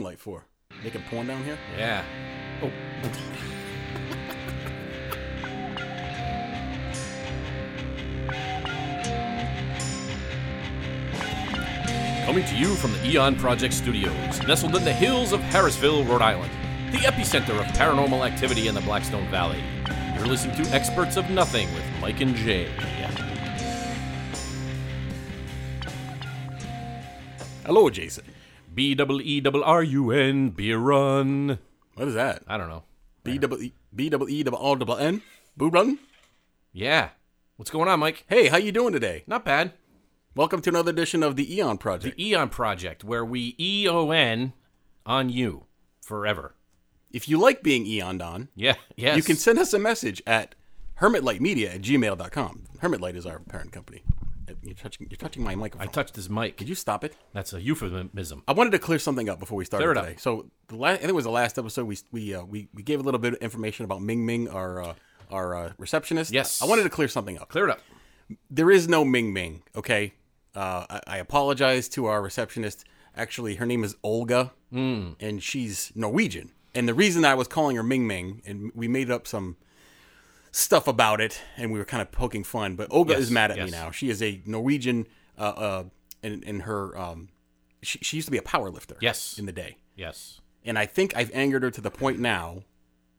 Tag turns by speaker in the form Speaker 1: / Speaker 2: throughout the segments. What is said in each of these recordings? Speaker 1: light for? Making porn down here?
Speaker 2: Yeah. Oh. Coming to you from the Eon Project Studios, nestled in the hills of Harrisville, Rhode Island, the epicenter of paranormal activity in the Blackstone Valley. You're listening to Experts of Nothing with Mike and Jay.
Speaker 1: Hello, Jason.
Speaker 2: B double E double R U N beer run.
Speaker 1: What is that?
Speaker 2: I don't know.
Speaker 1: B double E B double E double R double N? Boo run?
Speaker 2: Yeah. What's going on, Mike?
Speaker 1: Hey, how you doing today?
Speaker 2: Not bad.
Speaker 1: Welcome to another edition of the Eon Project.
Speaker 2: The Eon E Project, where we E O N on you forever.
Speaker 1: If you like being Eoned on,
Speaker 2: Yeah. Yes.
Speaker 1: you can send us a message at hermitlightmedia at gmail.com. Hermitlight is our parent company. You're touching, you're touching my microphone.
Speaker 2: I touched his mic.
Speaker 1: Could you stop it?
Speaker 2: That's a euphemism.
Speaker 1: I wanted to clear something up before we started
Speaker 2: Clear it up.
Speaker 1: today. So the last, I think it was the last episode we we uh, we, we gave a little bit of information about Ming Ming, our uh, our uh, receptionist.
Speaker 2: Yes.
Speaker 1: I wanted to clear something up.
Speaker 2: Clear it up.
Speaker 1: There is no Ming Ming. Okay, uh, I, I apologize to our receptionist. Actually, her name is Olga,
Speaker 2: Hmm.
Speaker 1: and she's Norwegian. And the reason I was calling her Ming Ming, and we made up some stuff about it, and we were kind of poking fun. But Olga
Speaker 2: Yes,
Speaker 1: is mad at
Speaker 2: yes.
Speaker 1: me now. She is a Norwegian, uh, uh, and and her um, she, she used to be a power lifter.
Speaker 2: Yes.
Speaker 1: in the day
Speaker 2: Yes.
Speaker 1: and I think I've angered her to the point now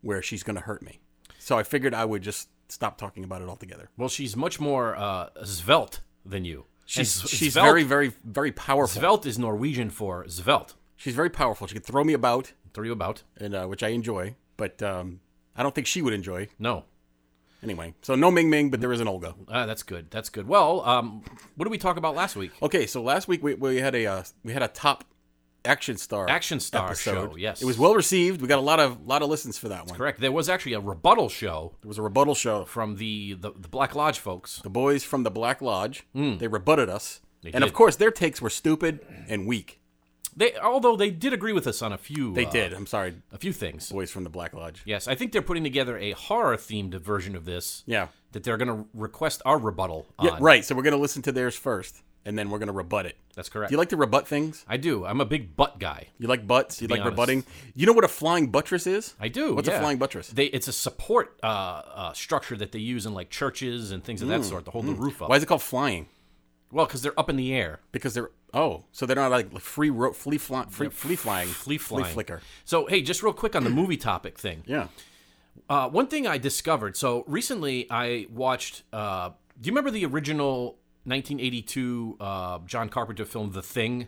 Speaker 1: where she's going to hurt me. So I figured I would just stop talking about it altogether.
Speaker 2: Well, she's much more uh, svelte than you.
Speaker 1: She's
Speaker 2: And s-
Speaker 1: she's
Speaker 2: svelte-
Speaker 1: very very very powerful.
Speaker 2: svelte is Norwegian for svelte.
Speaker 1: She's very powerful. She could throw me about,
Speaker 2: Throw you about?
Speaker 1: and uh, which I enjoy, but um, I don't think she would enjoy
Speaker 2: No.
Speaker 1: anyway. So no Ming Ming, but there is an Olga.
Speaker 2: Ah, that's good. That's good. Well, um, what did we talk about last week?
Speaker 1: Okay, so last week we, we had a uh, we had a top action star
Speaker 2: Action Star
Speaker 1: episode.
Speaker 2: show. Yes.
Speaker 1: it was well received. We got a lot of lot of listens for that one.
Speaker 2: correct. There was actually a rebuttal show
Speaker 1: It was a rebuttal show.
Speaker 2: from the the, the Black Lodge folks.
Speaker 1: The boys from the Black Lodge they rebutted us, and of
Speaker 2: Hmm. did.
Speaker 1: course their takes were stupid and weak.
Speaker 2: They although they did agree with us on a few
Speaker 1: They
Speaker 2: uh,
Speaker 1: did. I'm sorry,
Speaker 2: a few things.
Speaker 1: boys from the Black Lodge.
Speaker 2: Yes, I think they're putting together a horror themed version of this
Speaker 1: Yeah.
Speaker 2: that they're going to request our rebuttal on.
Speaker 1: Yeah, right. So we're gonna listen to theirs first, and then we're gonna rebut it.
Speaker 2: That's
Speaker 1: Do
Speaker 2: correct.
Speaker 1: you like to rebut things?
Speaker 2: I do. I'm a big butt guy.
Speaker 1: You like butts? You like
Speaker 2: honest.
Speaker 1: rebutting? You know what a flying buttress is?
Speaker 2: I do.
Speaker 1: What's a
Speaker 2: yeah.
Speaker 1: flying buttress?
Speaker 2: They, it's a support uh, uh, structure that they use in like churches and things of that sort to hold the roof up.
Speaker 1: Mm, Why is it called flying?
Speaker 2: Well, because they're up in the air.
Speaker 1: Because they're oh, so they're not like free ro- flea fly, free, flea flying,
Speaker 2: Flea flying.
Speaker 1: flicker.
Speaker 2: So, hey, just real quick on the movie topic thing.
Speaker 1: Yeah.
Speaker 2: Uh, one thing I discovered. So recently, I watched. Uh, do you remember the original 1982 uh, John Carpenter film, The Thing?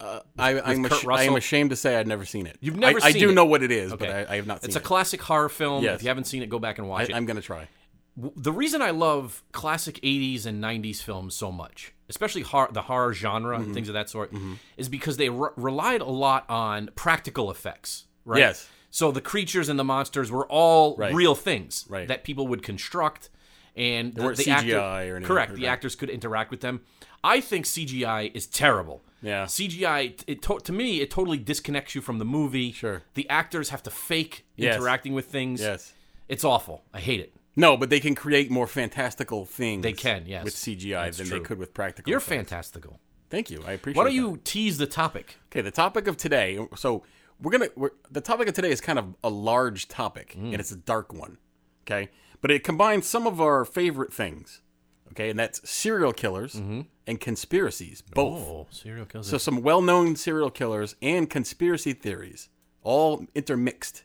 Speaker 1: I, I'm
Speaker 2: Kurt
Speaker 1: ash- I am
Speaker 2: Russell?
Speaker 1: ashamed to say I've never seen it.
Speaker 2: You've never
Speaker 1: I, I
Speaker 2: seen
Speaker 1: do
Speaker 2: it?
Speaker 1: know what it is,
Speaker 2: Okay.
Speaker 1: but I, I have not seen
Speaker 2: It's a
Speaker 1: it.
Speaker 2: classic horror film.
Speaker 1: Yes.
Speaker 2: If you haven't seen it, go back and watch
Speaker 1: I,
Speaker 2: it.
Speaker 1: I'm gonna try.
Speaker 2: W- The reason I love classic 80s and 90s films so much, especially hor- the horror genre
Speaker 1: Mm-hmm.
Speaker 2: and things of that sort, is because they re- relied a lot on practical effects, right?
Speaker 1: Yes.
Speaker 2: So the creatures and the monsters were all
Speaker 1: Right.
Speaker 2: real things
Speaker 1: Right.
Speaker 2: that people would construct and the,
Speaker 1: weren't
Speaker 2: the actor-
Speaker 1: CGI or anything
Speaker 2: Correct.
Speaker 1: like
Speaker 2: the
Speaker 1: that.
Speaker 2: actors could interact with them. I think CGI is terrible.
Speaker 1: Yeah.
Speaker 2: CGI t- it to, to me it totally disconnects you from the movie.
Speaker 1: Sure.
Speaker 2: The actors have to fake
Speaker 1: Yes.
Speaker 2: interacting with things.
Speaker 1: Yes.
Speaker 2: It's awful. I hate it.
Speaker 1: No, but they can create more fantastical things. They
Speaker 2: can, yes.
Speaker 1: with CGI than
Speaker 2: true.
Speaker 1: they could with practical.
Speaker 2: You're
Speaker 1: effects.
Speaker 2: fantastical.
Speaker 1: Thank you. I appreciate.
Speaker 2: Why don't
Speaker 1: that.
Speaker 2: you tease the topic?
Speaker 1: Okay, the topic of today. So we're gonna. We're, the topic of today is kind of a large topic, and it's a dark one. Okay, but it combines some of our favorite things. Okay, and that's serial killers and conspiracies, both.
Speaker 2: Oh, serial killers.
Speaker 1: So some well-known serial killers and conspiracy theories, all intermixed.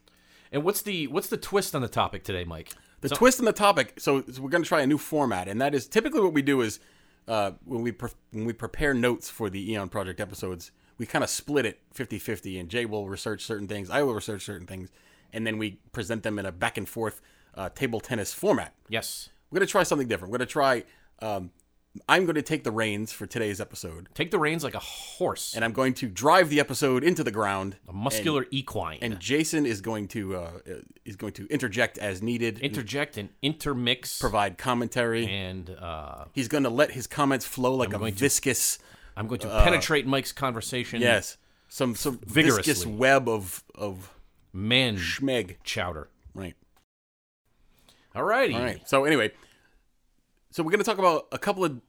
Speaker 2: and what's the what's the twist on the topic today, Mike?
Speaker 1: The twist in the topic. So, so we're going to try a new format, and that is typically what we do is uh, when we pre- when we prepare notes for the Eon Project episodes, we kind of split it 50-50, and Jay will research certain things, I will research certain things, and then we present them in a back and forth uh, table tennis format.
Speaker 2: Yes.
Speaker 1: We're going to try something different. We're going to try. Um, I'm going to take the reins for today's episode,
Speaker 2: Take the reins like a horse,
Speaker 1: and I'm going to drive the episode into the ground.
Speaker 2: a muscular equine.
Speaker 1: And Jason is going to uh, is going to interject as needed, and
Speaker 2: interject and intermix
Speaker 1: provide commentary.
Speaker 2: and uh,
Speaker 1: He's going to let his comments flow like a viscous,
Speaker 2: I'm going to penetrate Mike's conversation.
Speaker 1: Uh, yes, some some viscous
Speaker 2: Vigorously.
Speaker 1: web of of
Speaker 2: Man
Speaker 1: schmeg.
Speaker 2: chowder.
Speaker 1: Right.
Speaker 2: Alrighty.
Speaker 1: All right. So anyway, so we're going to talk about a couple of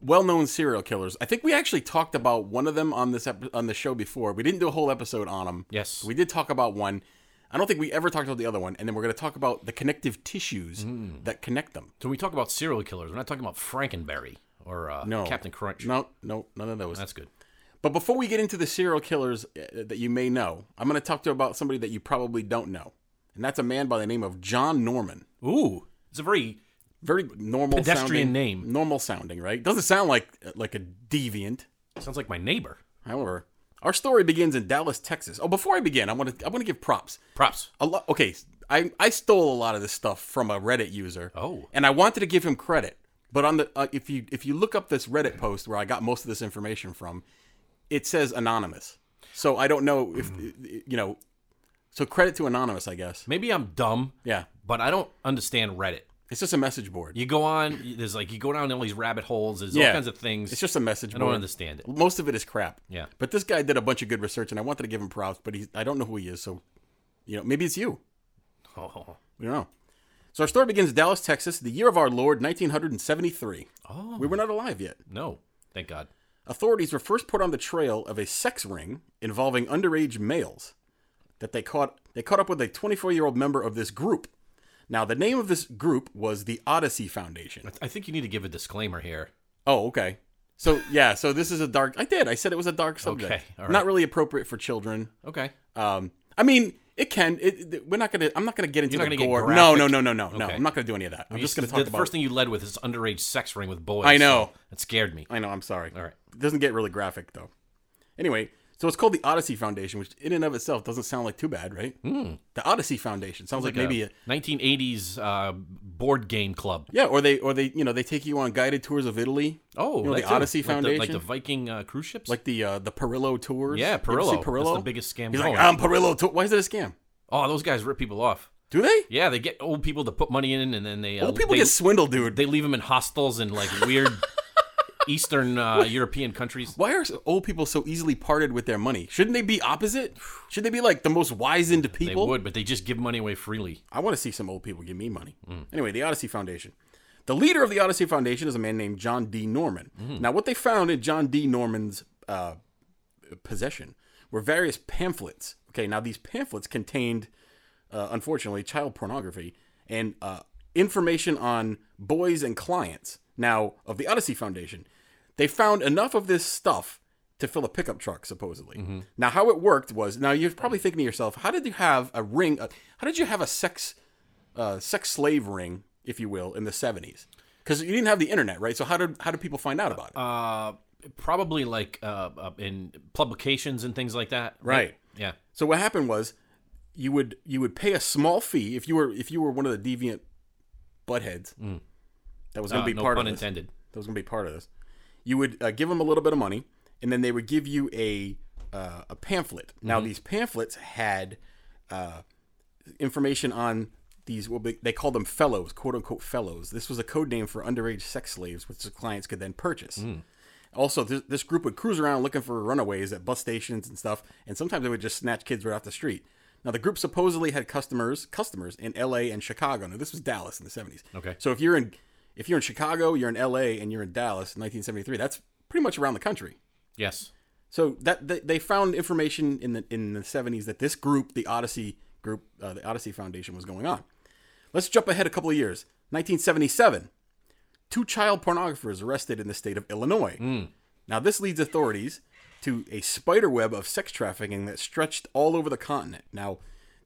Speaker 1: well-known serial killers. I think we actually talked about one of them on this ep- on the show before. We didn't do a whole episode on them.
Speaker 2: Yes.
Speaker 1: we did talk about one. I don't think we ever talked about the other one. And then we're going to talk about the connective tissues
Speaker 2: Mm.
Speaker 1: that connect them.
Speaker 2: So we talk about serial killers. We're not talking about Frankenberry or uh,
Speaker 1: No,
Speaker 2: Captain Crunch.
Speaker 1: No, no, none of those.
Speaker 2: That's good.
Speaker 1: But before we get into the serial killers uh, that you may know, I'm going to talk to you about somebody that you probably don't know, and that's a man by the name of John Norman.
Speaker 2: Ooh, it's a very
Speaker 1: Very normal
Speaker 2: Pedestrian
Speaker 1: sounding,
Speaker 2: name.
Speaker 1: Normal sounding, right? Doesn't sound like like a deviant.
Speaker 2: sounds like my neighbor.
Speaker 1: However, our story begins in Dallas, Texas. Oh, before I begin, I want to I want to give props.
Speaker 2: Props.
Speaker 1: A lot. Okay, I I stole a lot of this stuff from a Reddit user.
Speaker 2: Oh.
Speaker 1: and I wanted to give him credit, but on the uh, if you if you look up this Reddit post where I got most of this information from, it says anonymous. So I don't know if
Speaker 2: Hmm.
Speaker 1: you know. So credit to anonymous, I guess.
Speaker 2: Maybe I'm dumb,
Speaker 1: Yeah,
Speaker 2: but I don't understand Reddit.
Speaker 1: it's just a message board.
Speaker 2: You go on. There's like you go down all these rabbit holes. There's all
Speaker 1: Yeah.
Speaker 2: kinds of things.
Speaker 1: It's just a message
Speaker 2: I
Speaker 1: board.
Speaker 2: don't understand it.
Speaker 1: Most of it is crap.
Speaker 2: Yeah.
Speaker 1: But this guy did a bunch of good research, and I wanted to give him props. But he, I don't know who he is, so you know, maybe it's you.
Speaker 2: Oh,
Speaker 1: We don't know. So our story begins in Dallas, Texas, the year of our Lord, 1973.
Speaker 2: Oh.
Speaker 1: We were not alive yet.
Speaker 2: no, thank God.
Speaker 1: Authorities were first put on the trail of a sex ring involving underage males that they caught they caught up with a 24-year-old member of this group. Now, the name of this group was the Odyssey Foundation.
Speaker 2: I think you need to give a disclaimer here.
Speaker 1: Oh, okay. So, yeah, so this is a dark I did. I said it was a dark subject.
Speaker 2: Okay, all right.
Speaker 1: Not really appropriate for children.
Speaker 2: Okay.
Speaker 1: Um, I mean, it can. It, it- we're not gonna. I'm not gonna get into
Speaker 2: You're not
Speaker 1: the
Speaker 2: gonna get
Speaker 1: gore.
Speaker 2: graphic.
Speaker 1: no, no, no, no, no, no.
Speaker 2: Okay.
Speaker 1: I'm not gonna do any of that. I'm just gonna
Speaker 2: The-
Speaker 1: talk
Speaker 2: the
Speaker 1: about
Speaker 2: first thing you led with is underage sex ring with boys.
Speaker 1: I know.
Speaker 2: so It scared me.
Speaker 1: I know. I'm sorry.
Speaker 2: All right.
Speaker 1: It doesn't get really graphic though. Anyway, so it's called the Odyssey Foundation, which in and of itself doesn't sound like too bad, right?
Speaker 2: Hmm.
Speaker 1: Mm. The Odyssey Foundation sounds like, maybe a,
Speaker 2: 1980s uh, board game club.
Speaker 1: yeah, or they or they you know they take you on guided tours of Italy,
Speaker 2: Oh,
Speaker 1: know,
Speaker 2: that
Speaker 1: the
Speaker 2: too.
Speaker 1: Odyssey
Speaker 2: Like the- like
Speaker 1: Foundation?
Speaker 2: the Viking uh, cruise ships.
Speaker 1: like the uh, the Perillo tours.
Speaker 2: yeah,
Speaker 1: You ever see
Speaker 2: Perillo.
Speaker 1: Perillo,
Speaker 2: That's the biggest scam
Speaker 1: He's
Speaker 2: going.
Speaker 1: like, I'm Perillo. Tour. Why is it a scam?
Speaker 2: oh, those guys rip people off.
Speaker 1: Do they?
Speaker 2: Yeah, they get old people to put money in, and then they uh,
Speaker 1: Well, people
Speaker 2: they,
Speaker 1: get swindled, dude.
Speaker 2: they leave them in hostels in like weird Eastern uh, European countries.
Speaker 1: why are old people so easily parted with their money? Shouldn't they be opposite? Should they be like the most wizened
Speaker 2: They
Speaker 1: people?
Speaker 2: would, but they just give money away freely.
Speaker 1: I want to see some old people give me money. Anyway, the Odyssey Foundation. The leader of the Odyssey Foundation is a man named John D. Norman. Now, what they found in John D. Norman's uh, possession were various pamphlets. Okay, now these pamphlets contained, uh, unfortunately, child pornography and uh, information on boys and clients. Now, of the Odyssey Foundation, they found enough of this stuff to fill a pickup truck, supposedly. Now, how it worked was now you're probably thinking to yourself, how did you have a ring? Uh, how did you have a sex, uh, sex slave ring, if you will, in the '70s? Because you didn't have the internet, right? So how did how did people find out about it?
Speaker 2: Uh, probably like uh, uh, in publications and things like that.
Speaker 1: right.
Speaker 2: Yeah.
Speaker 1: So what happened was you would you would pay a small fee if you were if you were one of the deviant buttheads that was going
Speaker 2: Uh,
Speaker 1: to be
Speaker 2: Mm. no
Speaker 1: part of
Speaker 2: pun
Speaker 1: this.
Speaker 2: intended.
Speaker 1: That was going to be part of this. You would uh, give them a little bit of money, and then they would give you a uh, a pamphlet. Now
Speaker 2: Mm-hmm.
Speaker 1: these pamphlets had uh, information on these what they- they call them fellows, quote unquote fellows. This was a code name for underage sex slaves, which the clients could then purchase. Also, this, this group would cruise around looking for runaways at bus stations and stuff, and sometimes they would just snatch kids right off the street. Now, the group supposedly had customers customers in L.A. and Chicago. Now, this was Dallas in the '70s.
Speaker 2: Okay.
Speaker 1: So if you're in if you're in Chicago, you're in L.A. and you're in Dallas in 1973, that's pretty much around the country.
Speaker 2: Yes.
Speaker 1: So that they, they found information in the in the 70s that this group, the Odyssey group, uh, the Odyssey Foundation, was going on. Let's jump ahead a couple of years. 1977, two child pornographers arrested in the state of Illinois. Now this leads authorities to a spider web of sex trafficking that stretched all over the continent. Now,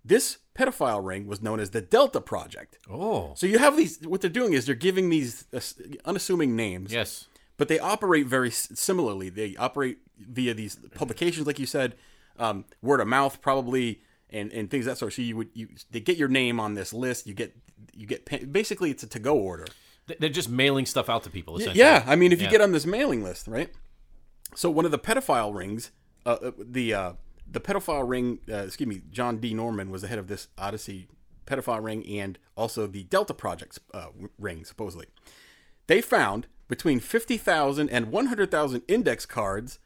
Speaker 1: this pedophile ring was known as the Delta Project.
Speaker 2: Oh.
Speaker 1: So you have these. What they're doing is they're giving these uh, unassuming names
Speaker 2: Yes.
Speaker 1: but they operate very s- similarly. They operate via these publications, like you said, um, word of mouth, probably, and, and things of that sort. So you would you they get your name on this list. You get you get pa- basically it's a to go order.
Speaker 2: Th- They're just mailing stuff out to people. Essentially.
Speaker 1: Yeah, I mean if
Speaker 2: Yeah.
Speaker 1: you get on this mailing list, right? So one of the pedophile rings, uh, uh, the uh, the pedophile ring, uh, excuse me, John D. Norman was the head of this Odyssey pedophile ring and also the Delta Project's uh, w- ring, supposedly. They found between 50,000 and 100,000 index cards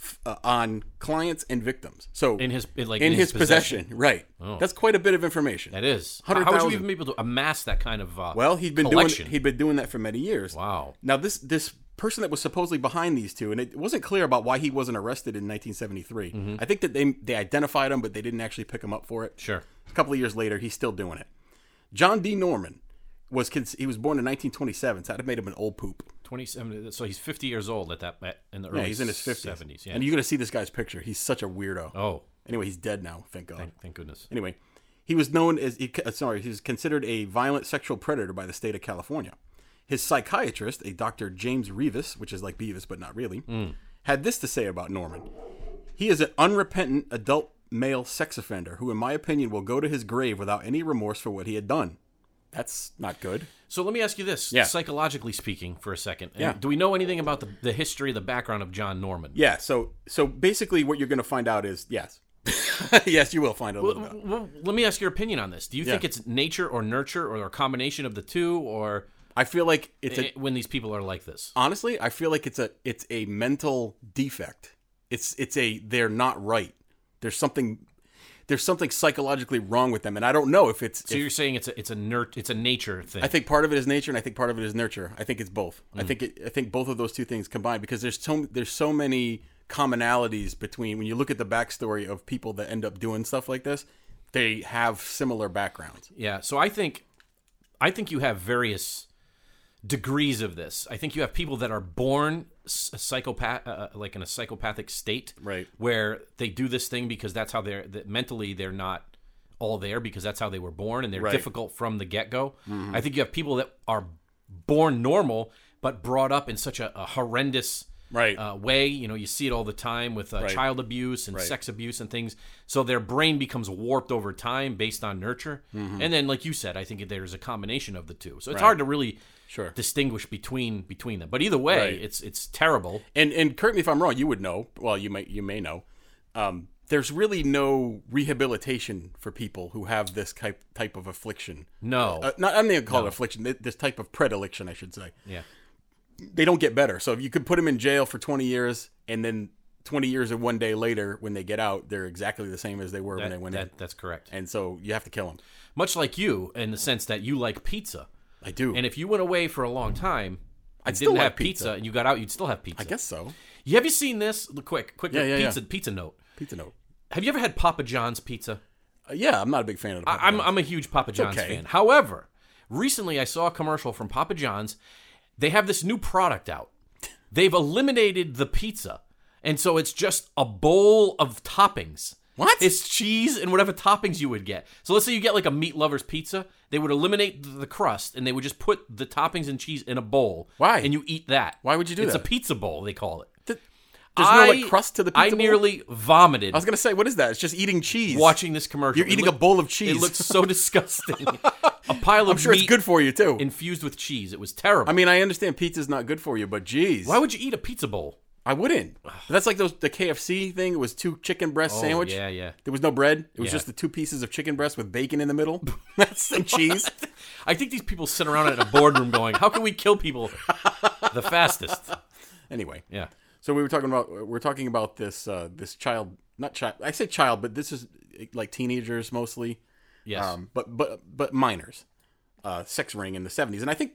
Speaker 1: f- uh, on clients and victims. So
Speaker 2: In his in, like
Speaker 1: in, his, possession, right? That's quite a bit of information.
Speaker 2: That is. How, how
Speaker 1: 100,000.
Speaker 2: would you even be able to amass that kind of? Uh,
Speaker 1: well, he'd been
Speaker 2: collection?
Speaker 1: doing he'd been doing that for many years.
Speaker 2: Wow.
Speaker 1: Now this this person that was supposedly behind these two, and it wasn't clear about why he wasn't arrested in 1973. I think that they they identified him, but they didn't actually pick him up for it.
Speaker 2: Mm-hmm. Sure.
Speaker 1: A couple of years later, he's still doing it. John D. Norman was cons- he was born in 1927, so that made him an old poop.
Speaker 2: 27. So he's 50 years old at that at- in the early
Speaker 1: Yeah, he's in his 50s.
Speaker 2: 70s. Yeah.
Speaker 1: And you're gonna see this guy's picture. He's such a weirdo.
Speaker 2: oh,
Speaker 1: Anyway, he's dead now. Thank God.
Speaker 2: thank goodness.
Speaker 1: Anyway, he was known as he, uh, sorry, he was considered a violent sexual predator by the state of California. His psychiatrist, a Dr. James Revis, which is like Beavis but not really, had this to say about Norman. He is an unrepentant adult male sex offender who in my opinion will go to his grave without any remorse for what he had done. That's not good.
Speaker 2: So let me ask you this,
Speaker 1: Yeah.
Speaker 2: psychologically speaking, for a second. And
Speaker 1: Yeah.
Speaker 2: Do we know anything about the, the history, the background of John Norman?
Speaker 1: Yeah, so so basically what you're going to find out is yes. yes, you will find out. a little bit.
Speaker 2: W- w- let me ask your opinion on this. Do you think
Speaker 1: Yeah.
Speaker 2: it's nature or nurture or a combination of the two, or
Speaker 1: I feel like it's a
Speaker 2: eh, when these people are like this?
Speaker 1: honestly, I feel like it's a it's a mental defect. It's it's a they're not right. There's something there's something psychologically wrong with them, and I don't know if it's.
Speaker 2: So
Speaker 1: if-
Speaker 2: you're saying it's a it's a nurt it's a nature thing.
Speaker 1: I think part of it is nature, and I think part of it is nurture. I think it's both. I think it, I think both of those two things combined because there's so there's so many commonalities between when you look at the backstory of people that end up doing stuff like this. They have similar backgrounds.
Speaker 2: yeah. So I think I think you have various degrees of this. I think you have people that are born s- psychopath uh, uh, like in a psychopathic state
Speaker 1: Right.
Speaker 2: where they do this thing because that's how they're that mentally they're not all there because that's how they were born and they're difficult from the get-go i think you have people that are born normal but brought up in such a, a horrendous
Speaker 1: Right.
Speaker 2: uh, way you know you see it all the time with uh, child abuse and sex abuse and things so their brain becomes warped over time based on nurture
Speaker 1: Mm-hmm.
Speaker 2: and then like you said i think there's a combination of the two so it's hard to really
Speaker 1: Sure.
Speaker 2: distinguish between between them but either way
Speaker 1: Right.
Speaker 2: it's it's terrible
Speaker 1: and and correct me if I'm wrong. You would know. Well, you might you may know. Um, there's really no rehabilitation for people who have this type type of affliction.
Speaker 2: no
Speaker 1: Uh, not I'm not gonna call it affliction. thi- This type of predilection, I should say.
Speaker 2: yeah
Speaker 1: They don't get better. So if you could put them in jail for 20 years, and then 20 years and one day later, when they get out, they're exactly the same as they were when they went in.
Speaker 2: that, that's correct
Speaker 1: And so you have to kill them.
Speaker 2: much like you in the sense that you like pizza.
Speaker 1: I do.
Speaker 2: And if you went away for a long time, I didn't
Speaker 1: still like
Speaker 2: have pizza,
Speaker 1: pizza.
Speaker 2: and you got out, you'd still have pizza.
Speaker 1: I guess so.
Speaker 2: You- Have you seen this? Look, Quick, quick
Speaker 1: yeah, yeah.
Speaker 2: pizza pizza note.
Speaker 1: Pizza note.
Speaker 2: Have you ever had Papa John's pizza?
Speaker 1: Uh, yeah, I'm not a big fan of. The Papa
Speaker 2: I'm
Speaker 1: John's.
Speaker 2: I'm a huge Papa John's
Speaker 1: okay.
Speaker 2: fan. However, recently I saw a commercial from Papa John's. They have this new product out. They've eliminated the pizza, and so it's just a bowl of toppings.
Speaker 1: What?
Speaker 2: It's cheese and whatever toppings you would get. So let's say you get like a meat lover's pizza, they would eliminate th- the crust and they would just put the toppings and cheese in a bowl.
Speaker 1: Why?
Speaker 2: And you eat that.
Speaker 1: Why would you do
Speaker 2: it's
Speaker 1: that?
Speaker 2: It's a pizza bowl, they call it.
Speaker 1: There's no like
Speaker 2: I-
Speaker 1: crust to the
Speaker 2: I
Speaker 1: pizza. bowl?
Speaker 2: nearly vomited
Speaker 1: I was gonna say, what is that? It's just eating cheese.
Speaker 2: watching this commercial.
Speaker 1: You're
Speaker 2: It
Speaker 1: eating
Speaker 2: looked-
Speaker 1: a bowl of cheese.
Speaker 2: It looked so disgusting. a pile of
Speaker 1: I'm sure
Speaker 2: meat
Speaker 1: it's good for you too.
Speaker 2: infused with cheese. It was terrible.
Speaker 1: I mean, I understand pizza's not good for you, but geez,
Speaker 2: why would you eat a pizza bowl?
Speaker 1: I wouldn't. That's like those the KFC thing. It was two chicken breast sandwich.
Speaker 2: Oh, yeah, yeah.
Speaker 1: There was no bread. It was
Speaker 2: Yeah.
Speaker 1: just the two pieces of chicken breast with bacon in the middle. That's some cheese.
Speaker 2: I think these people sit around in a boardroom going, "How can we kill people the fastest?"
Speaker 1: Anyway,
Speaker 2: Yeah,
Speaker 1: so we were talking about we we're talking about this uh, this child, not child. I say child, but this is eh, like teenagers mostly.
Speaker 2: yes,
Speaker 1: um, but but but minors, uh, sex ring in the seventies, and I think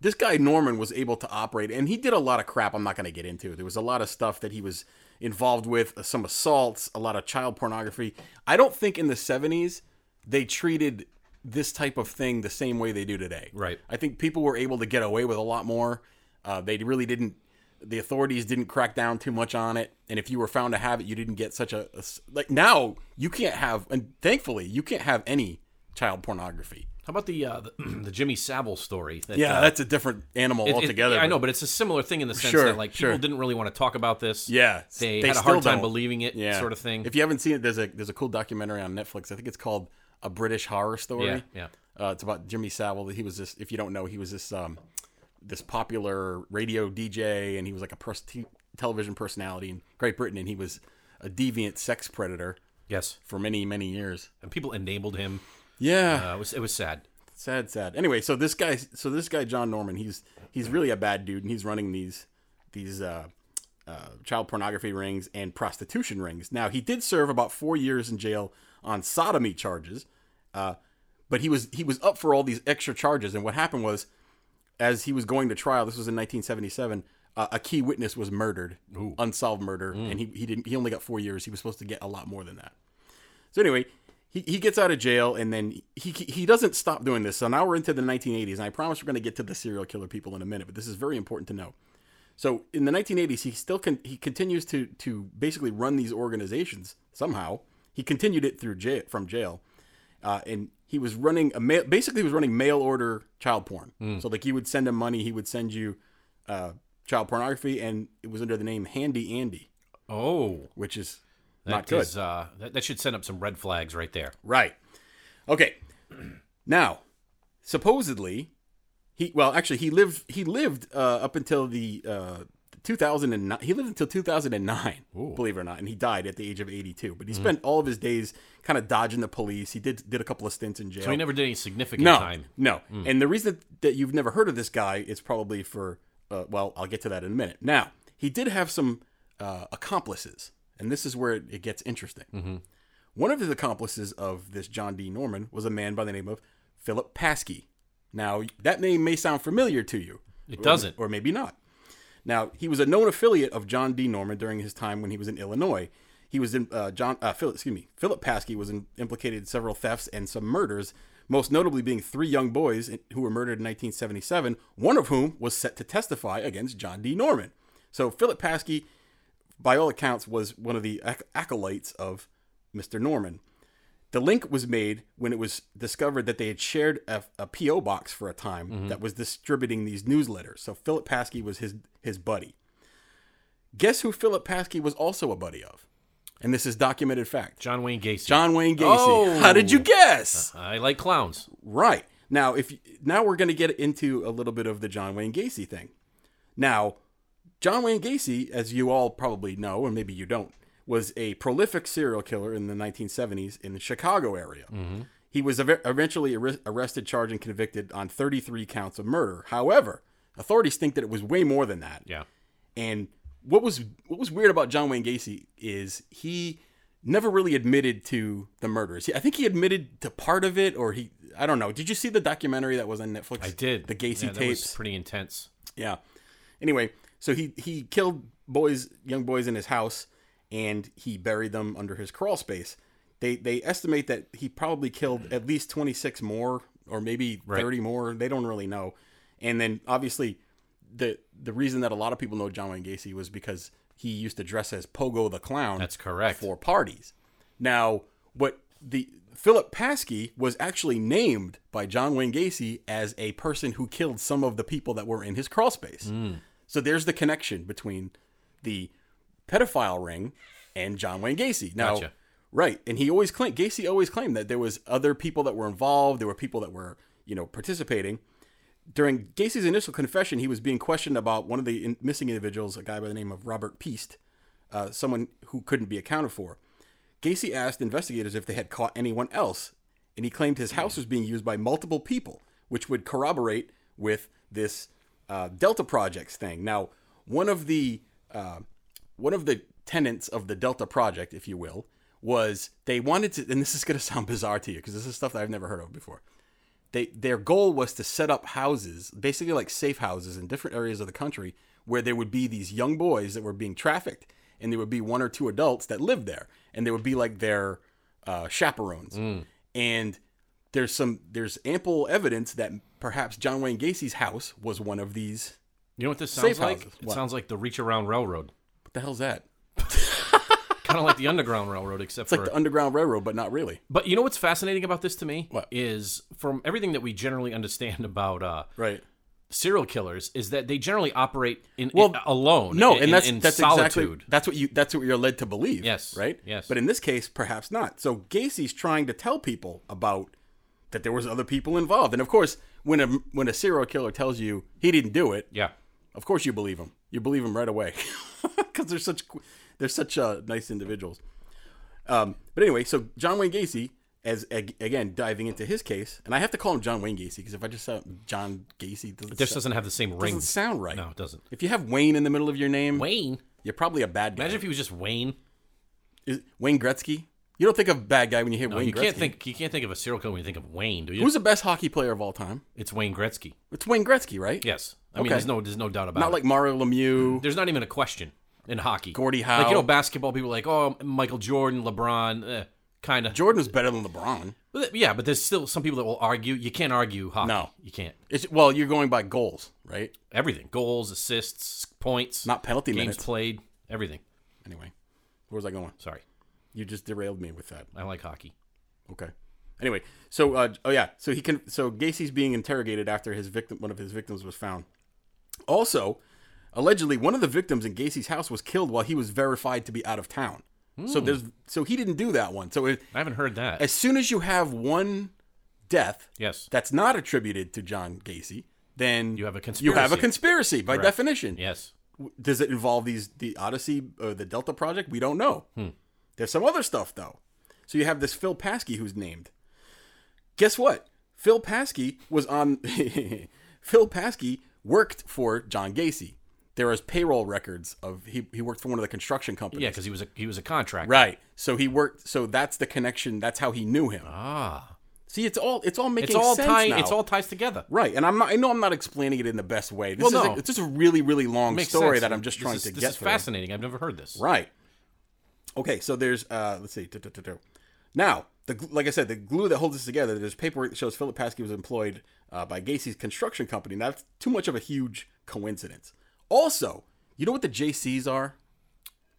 Speaker 1: this guy Norman was able to operate, and he did a lot of crap. I'm not going to get into. There was a lot of stuff that he was involved with, uh, some assaults, a lot of child pornography. I don't think in the seventies they treated this type of thing the same way they do today.
Speaker 2: Right.
Speaker 1: I think people were able to get away with a lot more. Uh, they really didn't. The authorities didn't crack down too much on it, and if you were found to have it, you didn't get such a, a s- like. Now you can't have, and thankfully, you can't have any child pornography.
Speaker 2: How about the uh, the, the Jimmy Savile story? That,
Speaker 1: Yeah,
Speaker 2: uh,
Speaker 1: that's a different animal
Speaker 2: it-
Speaker 1: altogether.
Speaker 2: yeah, I
Speaker 1: but-
Speaker 2: know, but it's a similar thing in the sense
Speaker 1: Sure,
Speaker 2: that like people
Speaker 1: sure.
Speaker 2: didn't really want to talk about this.
Speaker 1: Yeah,
Speaker 2: they,
Speaker 1: they
Speaker 2: had a
Speaker 1: still
Speaker 2: hard time
Speaker 1: don't.
Speaker 2: believing it,
Speaker 1: yeah,
Speaker 2: sort of thing.
Speaker 1: If you haven't seen it, there's a there's a cool documentary on Netflix. I think it's called A British Horror Story.
Speaker 2: Yeah, yeah.
Speaker 1: Uh, it's about Jimmy Savile. He was this. If you don't know, he was this um, this popular radio DJ, and he was like a pers- t- television personality in Great Britain, and he was a deviant sex predator
Speaker 2: yes,
Speaker 1: for many many years.
Speaker 2: and people enabled him.
Speaker 1: Yeah,
Speaker 2: Uh, it was it was sad.
Speaker 1: sad, sad. Anyway, so this guy, so this guy John Norman, he's he's really a bad dude, and he's running these these uh, uh, child pornography rings and prostitution rings. Now he did serve about four years in jail on sodomy charges, uh, but he was he was up for all these extra charges. And what happened was as he was going to trial, this was in 1977. Uh, a key witness was murdered, unsolved murder, and he, he didn't. He only got four years. He was supposed to get a lot more than that. So anyway, he, he gets out of jail, and then he he doesn't stop doing this. So now we're into the 1980s, and I promise we're going to get to the serial killer people in a minute, but this is very important to know. So in the 1980s, he still con- he continues to to basically run these organizations somehow. He continued it through jail from jail, uh, and he was running a mail basically he was running mail order child porn. So like you would send him money, he would send you uh, child pornography, and it was under the name Handy Andy,
Speaker 2: Oh,
Speaker 1: which is
Speaker 2: that
Speaker 1: not good.
Speaker 2: is, uh, that, that should send up some red flags right there.
Speaker 1: Right. Okay. Now, supposedly, he well, actually, he lived he lived uh, up until the uh, 2009. He lived until 2009, believe it or not, and he died at the age of 82. But he
Speaker 2: Mm-hmm.
Speaker 1: spent all of his days kind of dodging the police. He did did a couple of stints in jail.
Speaker 2: So he never did any significant
Speaker 1: no,
Speaker 2: time. Mm.
Speaker 1: no. And the reason that you've never heard of this guy is probably for uh, well, I'll get to that in a minute. Now, he did have some uh, accomplices, and this is where it, it gets
Speaker 2: Mm-hmm.
Speaker 1: interesting. One of his accomplices of this John D. Norman was a man by the name of Philip Paskey. Now, that name may sound familiar to you.
Speaker 2: It doesn't.
Speaker 1: Or maybe not. Now, he was a known affiliate of John D. Norman during his time when he was in Illinois. He was in uh, John uh, Philip, excuse me, Philip Paskey was in, implicated in several thefts and some murders, most notably being three young boys in- who were murdered in 1977, one of whom was set to testify against John D. Norman. So Philip Paskey by all accounts, was one of the ac- acolytes of Mr. Norman. The link was made when it was discovered that they had shared a, a PO box for a time that was distributing these newsletters. So Philip Paskey was his his buddy. Guess who Philip Paskey was also a buddy of? And this is documented fact.
Speaker 2: John Wayne Gacy.
Speaker 1: John Wayne Gacy.
Speaker 2: Oh.
Speaker 1: How did you guess?
Speaker 2: I like clowns.
Speaker 1: Right. Now, if now we're going to get into a little bit of the John Wayne Gacy thing. Now, John Wayne Gacy, as you all probably know, and maybe you don't, was a prolific serial killer in the 1970s in the Chicago area. He was ev- eventually arre- arrested, charged, and convicted on 33 counts of murder. However, authorities think that it was way more than that.
Speaker 2: Yeah.
Speaker 1: And what was what was weird about John Wayne Gacy is he never really admitted to the murders. He- I think he admitted to part of it, or he I don't know. Did you see the documentary that was on Netflix?
Speaker 2: I did.
Speaker 1: the Gacy
Speaker 2: yeah, that was
Speaker 1: tapes.
Speaker 2: pretty intense.
Speaker 1: Yeah. Anyway, so he he killed boys, young boys in his house, and he buried them under his crawl space. They they estimate that he probably killed at least twenty six more, or maybe thirty more. They don't really know. And then obviously, the the reason that a lot of people know John Wayne Gacy was because he used to dress as Pogo the clown.
Speaker 2: That's correct.
Speaker 1: For parties. Now, what the Philip Paskey was actually named by John Wayne Gacy as a person who killed some of the people that were in his crawl space.
Speaker 2: Hmm.
Speaker 1: So there's the connection between the pedophile ring and John Wayne Gacy. Now,
Speaker 2: Gotcha.
Speaker 1: right, and he always claimed Gacy always claimed that there was other people that were involved. There were people that were you know participating. During Gacy's initial confession, he was being questioned about one of the in- missing individuals, a guy by the name of Robert Peast, uh, someone who couldn't be accounted for. Gacy asked investigators if they had caught anyone else, and he claimed his house was being used by multiple people, which would corroborate with this uh, Delta Projects thing. Now, one of the uh, one of the tenants of the Delta Project, if you will, was they wanted to, and this is going to sound bizarre to you because this is stuff that I've never heard of before. They their goal was to set up houses, basically like safe houses in different areas of the country, where there would be these young boys that were being trafficked, and there would be one or two adults that lived there, and they would be like their uh, chaperones. And there's some there's ample evidence that perhaps John Wayne Gacy's house was one of these.
Speaker 2: You know what this
Speaker 1: Safe
Speaker 2: sounds like?
Speaker 1: houses.
Speaker 2: It
Speaker 1: What?
Speaker 2: sounds like the Reach Around Railroad.
Speaker 1: What the hell's that?
Speaker 2: kind of like the Underground Railroad, except
Speaker 1: It's like
Speaker 2: for
Speaker 1: the Underground Railroad, but not really.
Speaker 2: But you know what's fascinating about this to me
Speaker 1: What?
Speaker 2: is from everything that we generally understand about uh,
Speaker 1: Right.
Speaker 2: serial killers is that they generally operate in,
Speaker 1: Well,
Speaker 2: in- alone.
Speaker 1: No,
Speaker 2: in,
Speaker 1: and that's
Speaker 2: in
Speaker 1: that's
Speaker 2: solitude.
Speaker 1: exactly that's what you that's what you're led to believe.
Speaker 2: Yes,
Speaker 1: right.
Speaker 2: yes.
Speaker 1: but in this case, perhaps not. So Gacy's trying to tell people about that there was other people involved, and of course, when a when a serial killer tells you he didn't do it,
Speaker 2: Yeah,
Speaker 1: of course you believe him. You believe him right away because they're such qu- they're such uh, nice individuals. Um, but anyway, so John Wayne Gacy, as ag- again diving into his case, and I have to call him John Wayne Gacy because if I just saw John Gacy, it doesn't,
Speaker 2: this
Speaker 1: sound,
Speaker 2: doesn't have the same ring.
Speaker 1: doesn't sound right.
Speaker 2: no, it doesn't.
Speaker 1: If you have Wayne in the middle of your name,
Speaker 2: Wayne.
Speaker 1: you're probably a bad guy.
Speaker 2: Imagine if he was just Wayne.
Speaker 1: Is Wayne Gretzky? You don't think of bad guy when you hear
Speaker 2: No,
Speaker 1: Wayne
Speaker 2: you
Speaker 1: Gretzky.
Speaker 2: can't think you can't think of a serial killer when you think of Wayne, do you?
Speaker 1: Who's the best hockey player of all time?
Speaker 2: it's Wayne Gretzky.
Speaker 1: It's Wayne Gretzky, right?
Speaker 2: Yes, I
Speaker 1: Okay.
Speaker 2: mean there's no there's no doubt about
Speaker 1: Not
Speaker 2: it.
Speaker 1: like Mario Lemieux.
Speaker 2: there's not even a question in hockey.
Speaker 1: Gordie
Speaker 2: Like
Speaker 1: Howe.
Speaker 2: you know basketball people are like oh Michael Jordan, LeBron, eh, kind of.
Speaker 1: Jordan was better than LeBron.
Speaker 2: Yeah, but there's still some people that will argue. You can't argue hockey.
Speaker 1: No.
Speaker 2: you can't.
Speaker 1: It's well, you're going by goals, right?
Speaker 2: Everything: goals, assists, points,
Speaker 1: Not penalty
Speaker 2: games
Speaker 1: minutes.
Speaker 2: played, everything.
Speaker 1: Anyway, where was I going?
Speaker 2: Sorry,
Speaker 1: You just derailed me with that.
Speaker 2: I like hockey.
Speaker 1: Okay. Anyway, so uh, oh yeah, so he can so Gacy's being interrogated after his victim, one of his victims was found. Also, allegedly, one of the victims in Gacy's house was killed while he was verified to be out of town.
Speaker 2: Hmm.
Speaker 1: So there's so he didn't do that one. So it,
Speaker 2: I haven't heard that.
Speaker 1: as soon as you have one death
Speaker 2: yes,
Speaker 1: that's not attributed to John Gacy, then
Speaker 2: You have a
Speaker 1: You have a
Speaker 2: conspiracy.
Speaker 1: conspiracy by definition.
Speaker 2: yes.
Speaker 1: W- Does it involve these the Odyssey or the Delta Project? We don't know.
Speaker 2: Hmm.
Speaker 1: There's some other stuff though. So you have this Phil Paskey who's named. Guess what? Phil Paskey was on. Phil Paskey worked for John Gacy. There is payroll records of he he worked for one of the construction companies.
Speaker 2: Yeah, because he was a he was a contractor.
Speaker 1: Right. So he worked. So that's the connection. That's how he knew him.
Speaker 2: Ah,
Speaker 1: See, it's all it's all making
Speaker 2: it's all
Speaker 1: sense
Speaker 2: tie.
Speaker 1: now.
Speaker 2: It's all ties together.
Speaker 1: Right, and I'm not. I know I'm not explaining it in the best way. This
Speaker 2: Well,
Speaker 1: is
Speaker 2: no.
Speaker 1: a, it's just a really, really long
Speaker 2: Makes
Speaker 1: story
Speaker 2: sense.
Speaker 1: that I'm just
Speaker 2: This
Speaker 1: trying
Speaker 2: is-
Speaker 1: to
Speaker 2: this
Speaker 1: get
Speaker 2: is
Speaker 1: through.
Speaker 2: fascinating. I've never heard this.
Speaker 1: Right. Okay, so there's uh, let's see. du-du-du-du. Now, the gl- like I said, the glue that holds this together. There's paperwork that shows Philip Paskey was employed uh, by Gacy's construction company. Now, That's too much of a huge coincidence. Also, you know what the JCs are?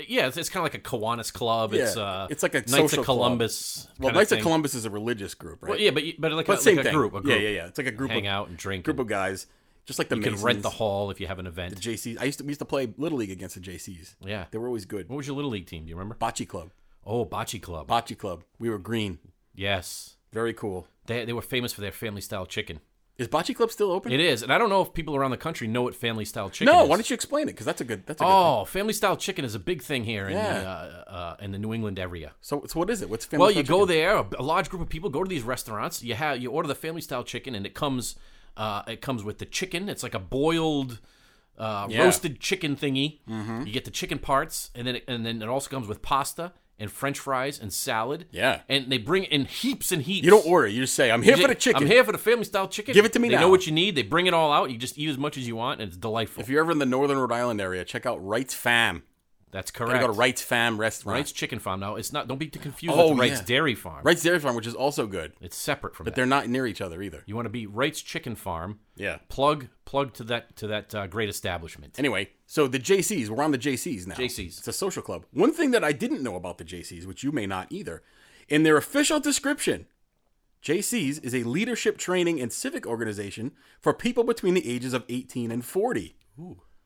Speaker 2: Yeah, it's, it's kind of like a Kiwanis Club. It's
Speaker 1: Yeah,
Speaker 2: uh,
Speaker 1: it's like a
Speaker 2: Knights
Speaker 1: social
Speaker 2: of
Speaker 1: club.
Speaker 2: Columbus.
Speaker 1: Well,
Speaker 2: kinda
Speaker 1: Knights of
Speaker 2: thing.
Speaker 1: Columbus is a religious group, right?
Speaker 2: Well, yeah, but you- but like, a,
Speaker 1: but same
Speaker 2: like a
Speaker 1: thing.
Speaker 2: group, a group.
Speaker 1: Yeah, yeah, yeah. It's like a group
Speaker 2: Hang
Speaker 1: of
Speaker 2: out and drink.
Speaker 1: group
Speaker 2: and
Speaker 1: of guys, just like the
Speaker 2: you can rent the
Speaker 1: Masons,
Speaker 2: hall if you have an event.
Speaker 1: JCs. I used to we used to play little league against the JCs.
Speaker 2: yeah.
Speaker 1: They were always good.
Speaker 2: What was your little league team? Do you remember?
Speaker 1: Bocce Club.
Speaker 2: Oh, Bocce Club.
Speaker 1: Bocce Club. We were green.
Speaker 2: yes,
Speaker 1: Very cool.
Speaker 2: they they were famous for their family style chicken.
Speaker 1: Is Bocce Club still open?
Speaker 2: It is, and I don't know if people around the country know what family style chicken.
Speaker 1: no,
Speaker 2: is.
Speaker 1: why don't you explain it? Because that's a good. That's a good.
Speaker 2: Oh, family style chicken is a big thing here in the
Speaker 1: Yeah.
Speaker 2: uh, uh, in the New England area.
Speaker 1: So, so what is it? What's family?
Speaker 2: Well, you
Speaker 1: friendship?
Speaker 2: go there. A a large group of people go to these restaurants. You have you order the family style chicken, and it comes uh, it comes with the chicken. It's like a boiled, uh,
Speaker 1: Yeah. Mm-hmm.
Speaker 2: roasted chicken thingy. You get the chicken parts, and then it, and then it also comes with pasta and French fries and salad.
Speaker 1: Yeah.
Speaker 2: and they bring in heaps and heaps.
Speaker 1: You don't order. You just say, "I'm here for the chicken."
Speaker 2: I'm here for the family style chicken.
Speaker 1: Give it to me
Speaker 2: They
Speaker 1: now.
Speaker 2: know what you need. They bring it all out. You just eat as much as you want, and it's delightful.
Speaker 1: If you're ever in the Northern Rhode Island area, check out Wright's Fam.
Speaker 2: That's
Speaker 1: I
Speaker 2: correct.
Speaker 1: go to Wright's Fam restaurant.
Speaker 2: Wright's Chicken Farm. Now, it's not. Don't be too confused
Speaker 1: Oh,
Speaker 2: with Wright's
Speaker 1: yeah.
Speaker 2: Dairy Farm.
Speaker 1: Wright's Dairy Farm, which is also good.
Speaker 2: It's separate from that.
Speaker 1: They're not near each other either.
Speaker 2: You want to be Wright's Chicken Farm.
Speaker 1: Yeah.
Speaker 2: Plug plug to that to that uh, great establishment.
Speaker 1: Anyway, so the JCs, we're on the JCs now.
Speaker 2: JCs.
Speaker 1: It's a social club. One thing that I didn't know about the JCs, which you may not either, in their official description, JCs is a leadership training and civic organization for people between the ages of 18 and 40.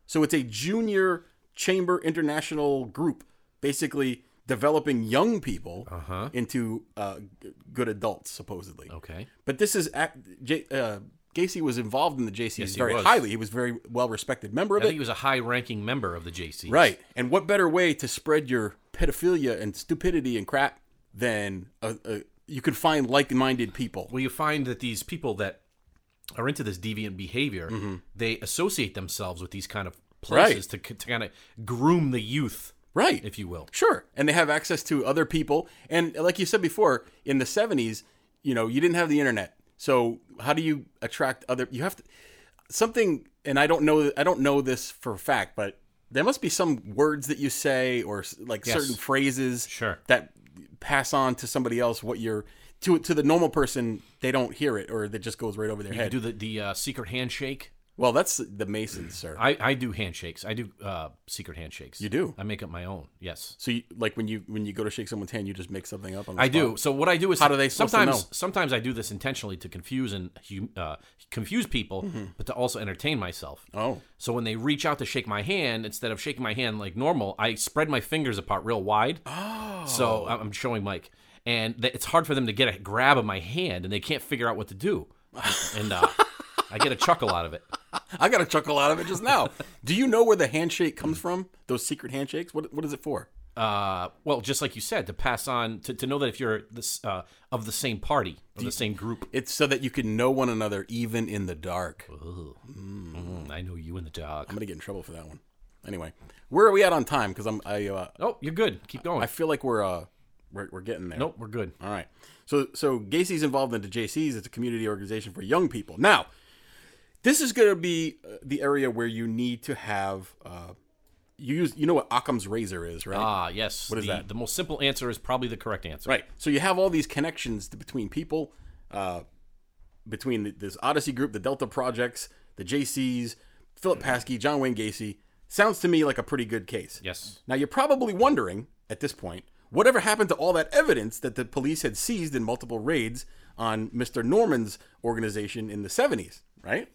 Speaker 1: So it's a junior chamber international group, basically developing young people
Speaker 2: Uh-huh.
Speaker 1: into uh, g- good adults, supposedly.
Speaker 2: Okay.
Speaker 1: But this is at J, uh, Gacy was involved in the JCs
Speaker 2: he
Speaker 1: very
Speaker 2: was.
Speaker 1: highly. He was a very well respected member
Speaker 2: I
Speaker 1: of
Speaker 2: think
Speaker 1: it.
Speaker 2: he was a high-ranking member of the JC.
Speaker 1: Right. And what better way to spread your pedophilia and stupidity and crap than a, a, you could find like-minded people?
Speaker 2: Well, you find that these people that are into this deviant behavior,
Speaker 1: Mm-hmm.
Speaker 2: they associate themselves with these kind of places to, to kind of groom the youth,
Speaker 1: Right.
Speaker 2: if you will.
Speaker 1: Sure. And they have access to other people. And like you said before, in the 70s, you know, you didn't have the internet. So how do you attract other you have to something and I don't know I don't know this for a fact, but there must be some words that you say or s- like certain phrases
Speaker 2: Sure.
Speaker 1: that pass on to somebody else what you're to to the normal person they don't hear it or that just goes right over their head.
Speaker 2: Do the the uh, secret handshake.
Speaker 1: well, that's the Masons, sir.
Speaker 2: I, I do handshakes. I do uh, secret handshakes.
Speaker 1: You do?
Speaker 2: I make up my own. Yes.
Speaker 1: so you, like when you when you go to shake someone's hand, you just make something up on the
Speaker 2: I
Speaker 1: spot?
Speaker 2: do. So what I do is
Speaker 1: do they supposed to
Speaker 2: sometimes
Speaker 1: know?
Speaker 2: sometimes I do this intentionally to confuse and hu- uh, confuse people, but to also entertain myself.
Speaker 1: Mm-hmm. Oh.
Speaker 2: So when they reach out to shake my hand, instead of shaking my hand like normal, I spread my fingers apart real wide. Oh. So I- I'm showing Mike, and th- it's hard for them to get a grab of my hand, and they can't figure out what to do. And uh, I get a chuckle out of it.
Speaker 1: I got a chuckle out of it just now. Do you know where the handshake comes from? Those secret handshakes? What what is it for?
Speaker 2: Uh, well, just like you said, to pass on to, to know that if you're this uh, of the same party, of the same group.
Speaker 1: It's so that you can know one another even in the dark. I'm
Speaker 2: Mm, I know you and the dog.
Speaker 1: gonna get in trouble for that one. Anyway, where are we at on time? Because I'm I uh,
Speaker 2: Oh, you're good. Keep going.
Speaker 1: I feel like we're uh We're, we're getting there.
Speaker 2: Nope, we're good.
Speaker 1: All right. So so Gacy's involved into JC's. It's a community organization for young people. Now, this is going to be uh, the area where you need to have uh, you use. You know what Occam's razor is, right?
Speaker 2: Ah, yes. What
Speaker 1: is
Speaker 2: the,
Speaker 1: that?
Speaker 2: The most simple answer is probably the correct answer.
Speaker 1: Right. So you have all these connections to- between people, uh, between th- this Odyssey group, the Delta Projects, the JCs, Philip
Speaker 2: Mm-hmm.
Speaker 1: Paskey, John Wayne Gacy. Sounds to me like a pretty good case.
Speaker 2: Yes.
Speaker 1: Now you're probably wondering at this point, whatever happened to all that evidence that the police had seized in multiple raids on Mr. Norman's organization in the 70s, right?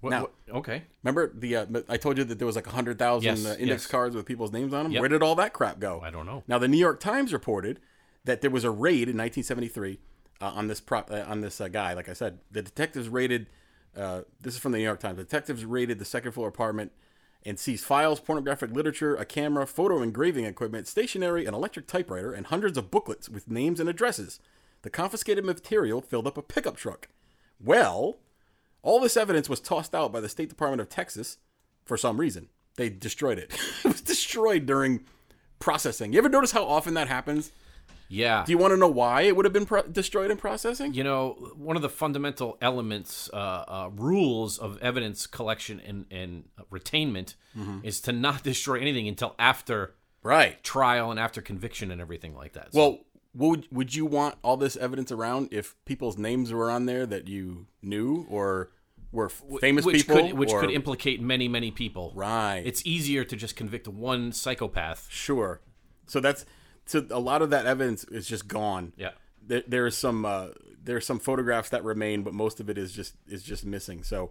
Speaker 2: What,
Speaker 1: Now-
Speaker 2: what- okay.
Speaker 1: Remember the uh, I told you that there was like 100,000
Speaker 2: Yes,
Speaker 1: uh, index
Speaker 2: yes.
Speaker 1: cards with people's names on them?
Speaker 2: Yep.
Speaker 1: Where did all that crap go?
Speaker 2: I don't know.
Speaker 1: Now, the New York Times reported that there was a raid in 1973 uh, on this prop uh, on this uh, guy. Like I said, the detectives raided. Uh, this is from the New York Times. The detectives raided the second floor apartment and seized files, pornographic literature, a camera, photo engraving equipment, stationery, an electric typewriter, and hundreds of booklets with names and addresses. The confiscated material filled up a pickup truck. Well, all this evidence was tossed out by the State Department of Texas for some reason. They destroyed it. it was destroyed during processing. You ever notice how often that happens?
Speaker 2: Yeah.
Speaker 1: Do you want to know why it would have been pro- destroyed in processing?
Speaker 2: you know, one of the fundamental elements, uh, uh, rules of evidence collection and, and retainment
Speaker 1: Mm-hmm.
Speaker 2: is to not destroy anything until after
Speaker 1: Right.
Speaker 2: trial and after conviction and everything like that. So-
Speaker 1: Well, would would you want all this evidence around if people's names were on there that you knew or were f- famous
Speaker 2: which
Speaker 1: people?
Speaker 2: could which
Speaker 1: or-
Speaker 2: could implicate many many people.
Speaker 1: right.
Speaker 2: It's easier to just convict one psychopath.
Speaker 1: sure. So that's so a lot of that evidence is just gone.
Speaker 2: Yeah.
Speaker 1: there, there is some uh, there are some photographs that remain, but most of it is just is just missing. So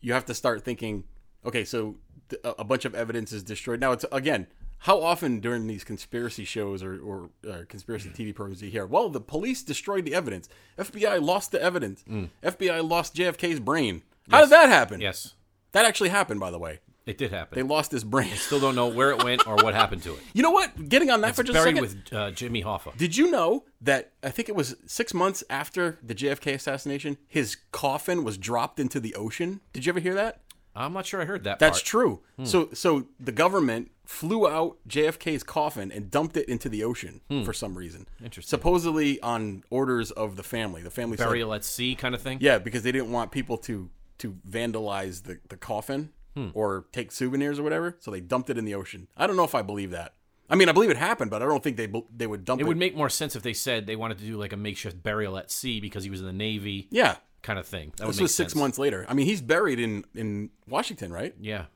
Speaker 1: you have to start thinking. Okay, so th- a a bunch of evidence is destroyed. Now it's again, how often during these conspiracy shows or, or uh, conspiracy TV programs you hear, well, the police destroyed the evidence, FBI lost the evidence, FBI lost JFK's brain. How did that happen?
Speaker 2: Mm. Yes,
Speaker 1: that actually happened, by the way.
Speaker 2: it did happen.
Speaker 1: They lost his brain.
Speaker 2: Still don't know where it went or what happened to it.
Speaker 1: You know what? Getting on that for just a
Speaker 2: Buried
Speaker 1: second.
Speaker 2: with uh, Jimmy Hoffa.
Speaker 1: Did you know that I think it was six months after the JFK assassination, his coffin was dropped into the ocean? Did you ever hear that?
Speaker 2: I'm not sure I heard that.
Speaker 1: That's
Speaker 2: part.
Speaker 1: true. So, so the government flew out JFK's coffin and dumped it into the ocean for some reason.
Speaker 2: Hmm. Interesting.
Speaker 1: Supposedly on orders of the family. The family said-
Speaker 2: burial at sea kind of thing.
Speaker 1: yeah, because they didn't want people to to vandalize the the coffin
Speaker 2: Hmm.
Speaker 1: or take souvenirs or whatever. So they dumped it in the ocean. I don't know if I believe that. I mean, I believe it happened, but I don't think they bel- they would dump it.
Speaker 2: It would make more sense if they said they wanted to do like a makeshift burial at sea because he was in the navy
Speaker 1: yeah.
Speaker 2: kind of thing.
Speaker 1: This
Speaker 2: That would make
Speaker 1: was six
Speaker 2: sense.
Speaker 1: months later. I mean, he's buried in in Washington, right?
Speaker 2: Yeah.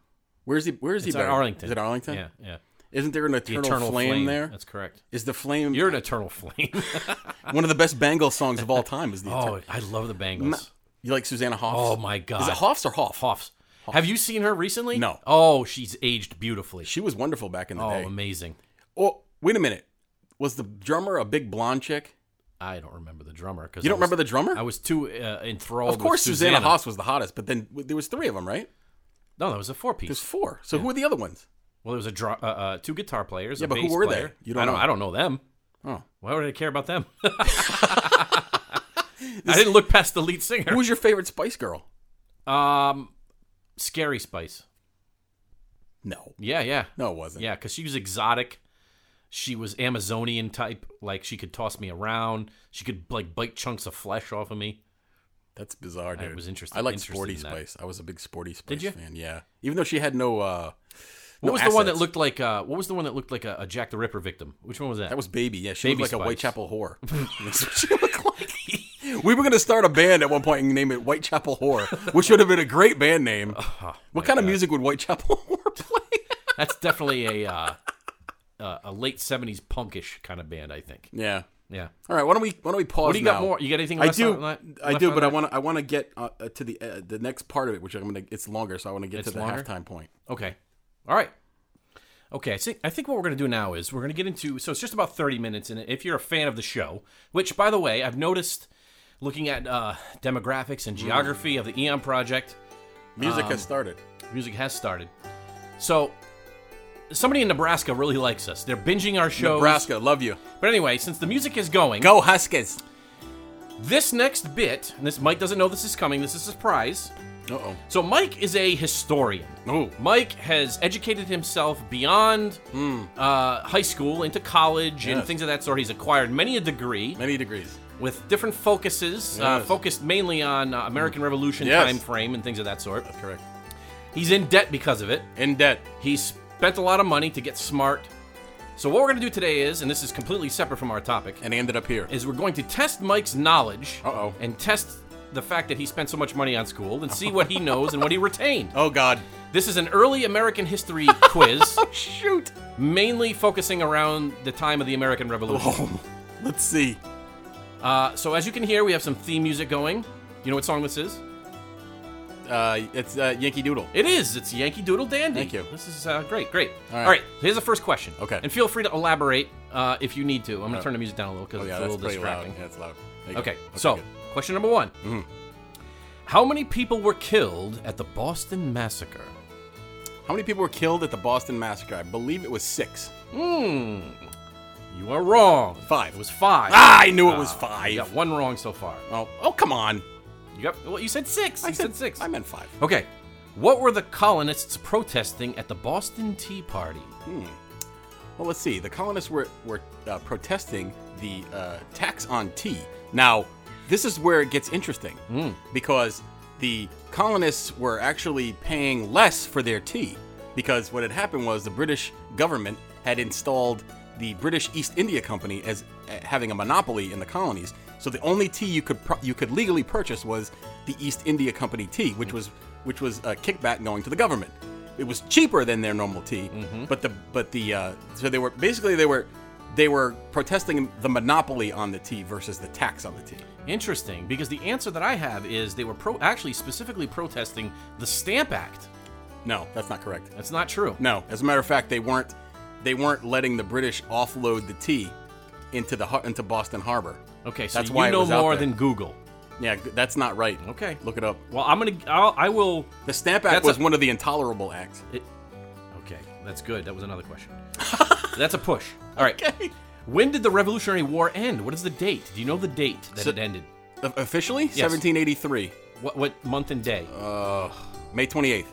Speaker 1: Where's he? Where's he
Speaker 2: It's at
Speaker 1: buried?
Speaker 2: Arlington.
Speaker 1: Is it Arlington?
Speaker 2: Yeah, yeah.
Speaker 1: Isn't there an eternal, flame, there?
Speaker 2: That's correct.
Speaker 1: Is the flame
Speaker 2: You're an eternal flame.
Speaker 1: one of the best Bangles songs of all time? Is the eternal,
Speaker 2: oh, I love the Bengals.
Speaker 1: you like Susanna Hoffs?
Speaker 2: Oh my God.
Speaker 1: Is it Hoffs or Hoff?
Speaker 2: Hoffs. Have you seen her recently?
Speaker 1: No.
Speaker 2: Oh, she's aged beautifully.
Speaker 1: She was wonderful back in the
Speaker 2: oh,
Speaker 1: day.
Speaker 2: amazing.
Speaker 1: Oh, wait a minute. Was the drummer a big blonde chick?
Speaker 2: I don't remember the drummer because
Speaker 1: You don't remember the drummer?
Speaker 2: I was too uh, enthralled.
Speaker 1: of course,
Speaker 2: with
Speaker 1: Susanna Hoffs was the hottest, but then w- there was three of them, right?
Speaker 2: No, that was a four
Speaker 1: There's
Speaker 2: piece.
Speaker 1: four. So who are the other ones?
Speaker 2: Well, there was a dr- uh, uh, two guitar players. Yeah,
Speaker 1: but who were they? You
Speaker 2: You
Speaker 1: don't
Speaker 2: don't I don't.
Speaker 1: know.
Speaker 2: I don't know them.
Speaker 1: Oh.
Speaker 2: Why would I care about them? I didn't look past the lead singer.
Speaker 1: Who was your favorite Spice Girl?
Speaker 2: Um, Scary Spice.
Speaker 1: No,
Speaker 2: Yeah, yeah,
Speaker 1: no, it wasn't.
Speaker 2: yeah. Because she was exotic. She was Amazonian type. Like she could toss me around. She could like bite chunks of flesh off of me.
Speaker 1: That's bizarre, dude.
Speaker 2: was interest-
Speaker 1: I like
Speaker 2: interested
Speaker 1: Sporty
Speaker 2: in that.
Speaker 1: Spice. I was a big Sporty Spice
Speaker 2: you?
Speaker 1: fan. Yeah, even though she had no. uh
Speaker 2: What
Speaker 1: no
Speaker 2: was the one that
Speaker 1: assets.
Speaker 2: looked like? Uh, what was the one that looked like a, a Jack the Ripper victim? Which one was that?
Speaker 1: That was Baby. Yeah, she
Speaker 2: Baby
Speaker 1: looked like
Speaker 2: Spice.
Speaker 1: a Whitechapel whore. That's what she looked like. we were gonna start a band at one point and name it Whitechapel Whore, which would have been a great band name.
Speaker 2: Oh,
Speaker 1: what kind of music would Whitechapel Whore play?
Speaker 2: That's definitely a uh, uh, a late '70s punkish kind of band. I think.
Speaker 1: yeah.
Speaker 2: Yeah.
Speaker 1: All right. Why don't we Why don't we pause?
Speaker 2: What do you
Speaker 1: now?
Speaker 2: got more? You got anything?
Speaker 1: I
Speaker 2: left
Speaker 1: do.
Speaker 2: on that-
Speaker 1: I
Speaker 2: left
Speaker 1: do,
Speaker 2: on
Speaker 1: but I
Speaker 2: that?
Speaker 1: want to. I want to get uh, uh, to the uh, the next part of it, which I'm gonna. It's longer, so I want to get to the
Speaker 2: longer?
Speaker 1: halftime point.
Speaker 2: Okay. All right. Okay, I think I think what we're going to do now is we're going to get into so it's just about 30 minutes in it. If you're a fan of the show, which by the way, I've noticed looking at uh, demographics and geography of the Eon Project,
Speaker 1: Music
Speaker 2: Um,
Speaker 1: has started.
Speaker 2: music has started. So somebody in Nebraska really likes us. They're binging our shows.
Speaker 1: Nebraska, love you.
Speaker 2: But anyway, since the music is going,
Speaker 1: Go Huskies.
Speaker 2: this next bit, and this Mike doesn't know this is coming. This is a surprise.
Speaker 1: Uh oh.
Speaker 2: So Mike is a historian.
Speaker 1: Oh.
Speaker 2: Mike has educated himself beyond uh, high school into college and
Speaker 1: Hmm. Yes.
Speaker 2: things of that sort. He's acquired many a degree
Speaker 1: Many degrees.
Speaker 2: with different focuses, uh,
Speaker 1: Yes. Hmm.
Speaker 2: focused mainly on uh, American Revolution
Speaker 1: Yes.
Speaker 2: time frame and things of that sort.
Speaker 1: That's correct.
Speaker 2: He's in debt because of it.
Speaker 1: In debt.
Speaker 2: He spent a lot of money to get smart. So what we're going to do today is, and this is completely separate from our topic,
Speaker 1: And he ended up here.
Speaker 2: is we're going to test Mike's knowledge
Speaker 1: Uh-oh.
Speaker 2: and test the fact that he spent so much money on school and see what he knows and what he retained.
Speaker 1: Oh, God.
Speaker 2: This is an early American history quiz,
Speaker 1: Shoot.
Speaker 2: mainly focusing around the time of the American Revolution.
Speaker 1: Oh, let's see.
Speaker 2: Uh, so as you can hear, we have some theme music going. You know what song this is?
Speaker 1: Uh, it's uh, Yankee Doodle.
Speaker 2: It is. It's Yankee Doodle Dandy.
Speaker 1: Thank you.
Speaker 2: This is uh, great, great. All
Speaker 1: right.
Speaker 2: right. Here's the first question.
Speaker 1: Okay.
Speaker 2: And feel free to elaborate uh, if you need to. I'm going to turn the music down a little because
Speaker 1: Oh, yeah,
Speaker 2: it's a
Speaker 1: that's
Speaker 2: little
Speaker 1: pretty
Speaker 2: distracting.
Speaker 1: loud. Yeah, it's loud. There you go.
Speaker 2: Okay, so
Speaker 1: good. Mm-hmm.
Speaker 2: question number one. How many people were killed at the Boston Massacre?
Speaker 1: How many people were killed at the Boston Massacre? I believe it was six.
Speaker 2: Hmm. You are wrong.
Speaker 1: Five.
Speaker 2: It was five.
Speaker 1: Ah, I knew it was
Speaker 2: You
Speaker 1: five.
Speaker 2: got one wrong so far.
Speaker 1: Oh, oh, come on.
Speaker 2: You got well. You said six.
Speaker 1: I
Speaker 2: you said, six.
Speaker 1: I meant five.
Speaker 2: okay. What were the colonists protesting at the Boston Tea Party?
Speaker 1: Well, let's see. The colonists were were uh, protesting the uh, tax on tea. Now, this is where it gets interesting because the colonists were actually paying less for their tea because what had happened was the British government had installed the British East India Company as uh, having a monopoly in the colonies. So the only tea you could pro- you could legally purchase was the East India Company tea, which was which was a kickback going to the government it was cheaper than their normal tea
Speaker 2: Mm-hmm.
Speaker 1: but the but the uh, so they were basically they were they were protesting the monopoly on the tea versus the tax on the tea
Speaker 2: Interesting, because the answer that I have is they were pro- actually specifically protesting the Stamp Act.
Speaker 1: no that's not correct
Speaker 2: That's not true.
Speaker 1: no as a matter of fact they weren't they weren't letting the british offload the tea into the har- into boston harbor
Speaker 2: Okay, so
Speaker 1: That's
Speaker 2: you
Speaker 1: why it
Speaker 2: know
Speaker 1: was out
Speaker 2: more
Speaker 1: there.
Speaker 2: than Google.
Speaker 1: yeah g- that's not right
Speaker 2: Okay.
Speaker 1: look it up
Speaker 2: Well, I'm gonna. I'll, I will.
Speaker 1: the stamp act
Speaker 2: That's
Speaker 1: was
Speaker 2: a-
Speaker 1: one of the intolerable acts
Speaker 2: It, okay, that's good. That was another question. that's a push. All right. When did the Revolutionary War end? What is the date? Do you know the date that
Speaker 1: So-
Speaker 2: it ended?
Speaker 1: O- officially 1783
Speaker 2: What what month and day?
Speaker 1: uh, may 28th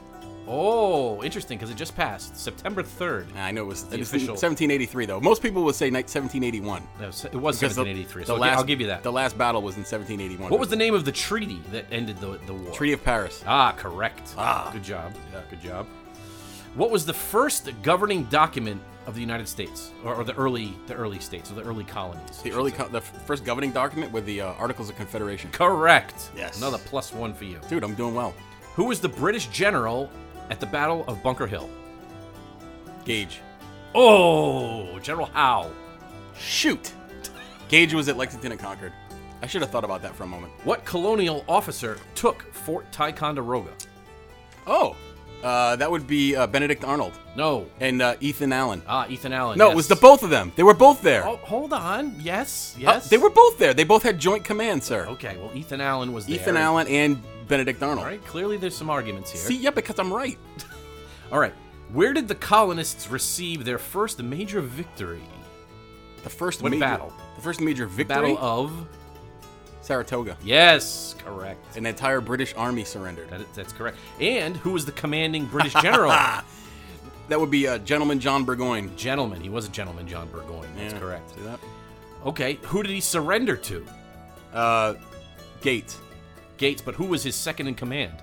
Speaker 2: oh, interesting, because it just passed September third.
Speaker 1: Nah, i know it was it was
Speaker 2: official-
Speaker 1: 1783 though most people would say night 1781
Speaker 2: No, se- it was
Speaker 1: Because the-
Speaker 2: 1783.
Speaker 1: the
Speaker 2: so I'll gi-
Speaker 1: last-
Speaker 2: I'll give you that.
Speaker 1: The last battle was in 1781.
Speaker 2: what was the name of the treaty that ended the the war?
Speaker 1: Treaty of Paris?
Speaker 2: Ah, correct.
Speaker 1: Ah.
Speaker 2: good job. Yeah, good job. What was the first governing document of the United States, or, or the early the early states, or the early colonies?
Speaker 1: The early, co- the f- first governing document with the uh, Articles of Confederation.
Speaker 2: Correct.
Speaker 1: Yes.
Speaker 2: Another plus one for you.
Speaker 1: Dude, I'm doing well.
Speaker 2: Who was the British general at the Battle of Bunker Hill?
Speaker 1: Gage.
Speaker 2: Oh, General Howe.
Speaker 1: Shoot. Gage was at Lexington and Concord. I should have thought about that for a moment.
Speaker 2: What colonial officer took Fort Ticonderoga?
Speaker 1: Oh, uh, that would be uh, Benedict Arnold
Speaker 2: No.
Speaker 1: and uh, Ethan Allen.
Speaker 2: Ah, Ethan Allen.
Speaker 1: no,
Speaker 2: yes.
Speaker 1: it was the both of them. They were both there.
Speaker 2: Oh, hold on. Yes.
Speaker 1: Uh,
Speaker 2: Yes.
Speaker 1: they were both there. They both had joint command, sir.
Speaker 2: Okay. Well, Ethan Allen was there.
Speaker 1: Ethan Allen and Benedict Arnold.
Speaker 2: All right. Clearly, there's some arguments here.
Speaker 1: See, yeah, because I'm right.
Speaker 2: All right. Where did the colonists receive their first major victory?
Speaker 1: The first
Speaker 2: What
Speaker 1: major
Speaker 2: battle?
Speaker 1: The first major victory.
Speaker 2: Battle of.
Speaker 1: Saratoga.
Speaker 2: Yes. Correct.
Speaker 1: An entire British army surrendered.
Speaker 2: That is, that's correct. And who was the commanding British general?
Speaker 1: That would be uh, Gentleman John Burgoyne.
Speaker 2: gentleman. He was a gentleman, John Burgoyne. That's
Speaker 1: Yeah.
Speaker 2: correct.
Speaker 1: See that?
Speaker 2: Okay, who did he surrender to?
Speaker 1: Uh, Gates.
Speaker 2: Gates, but who was his second in command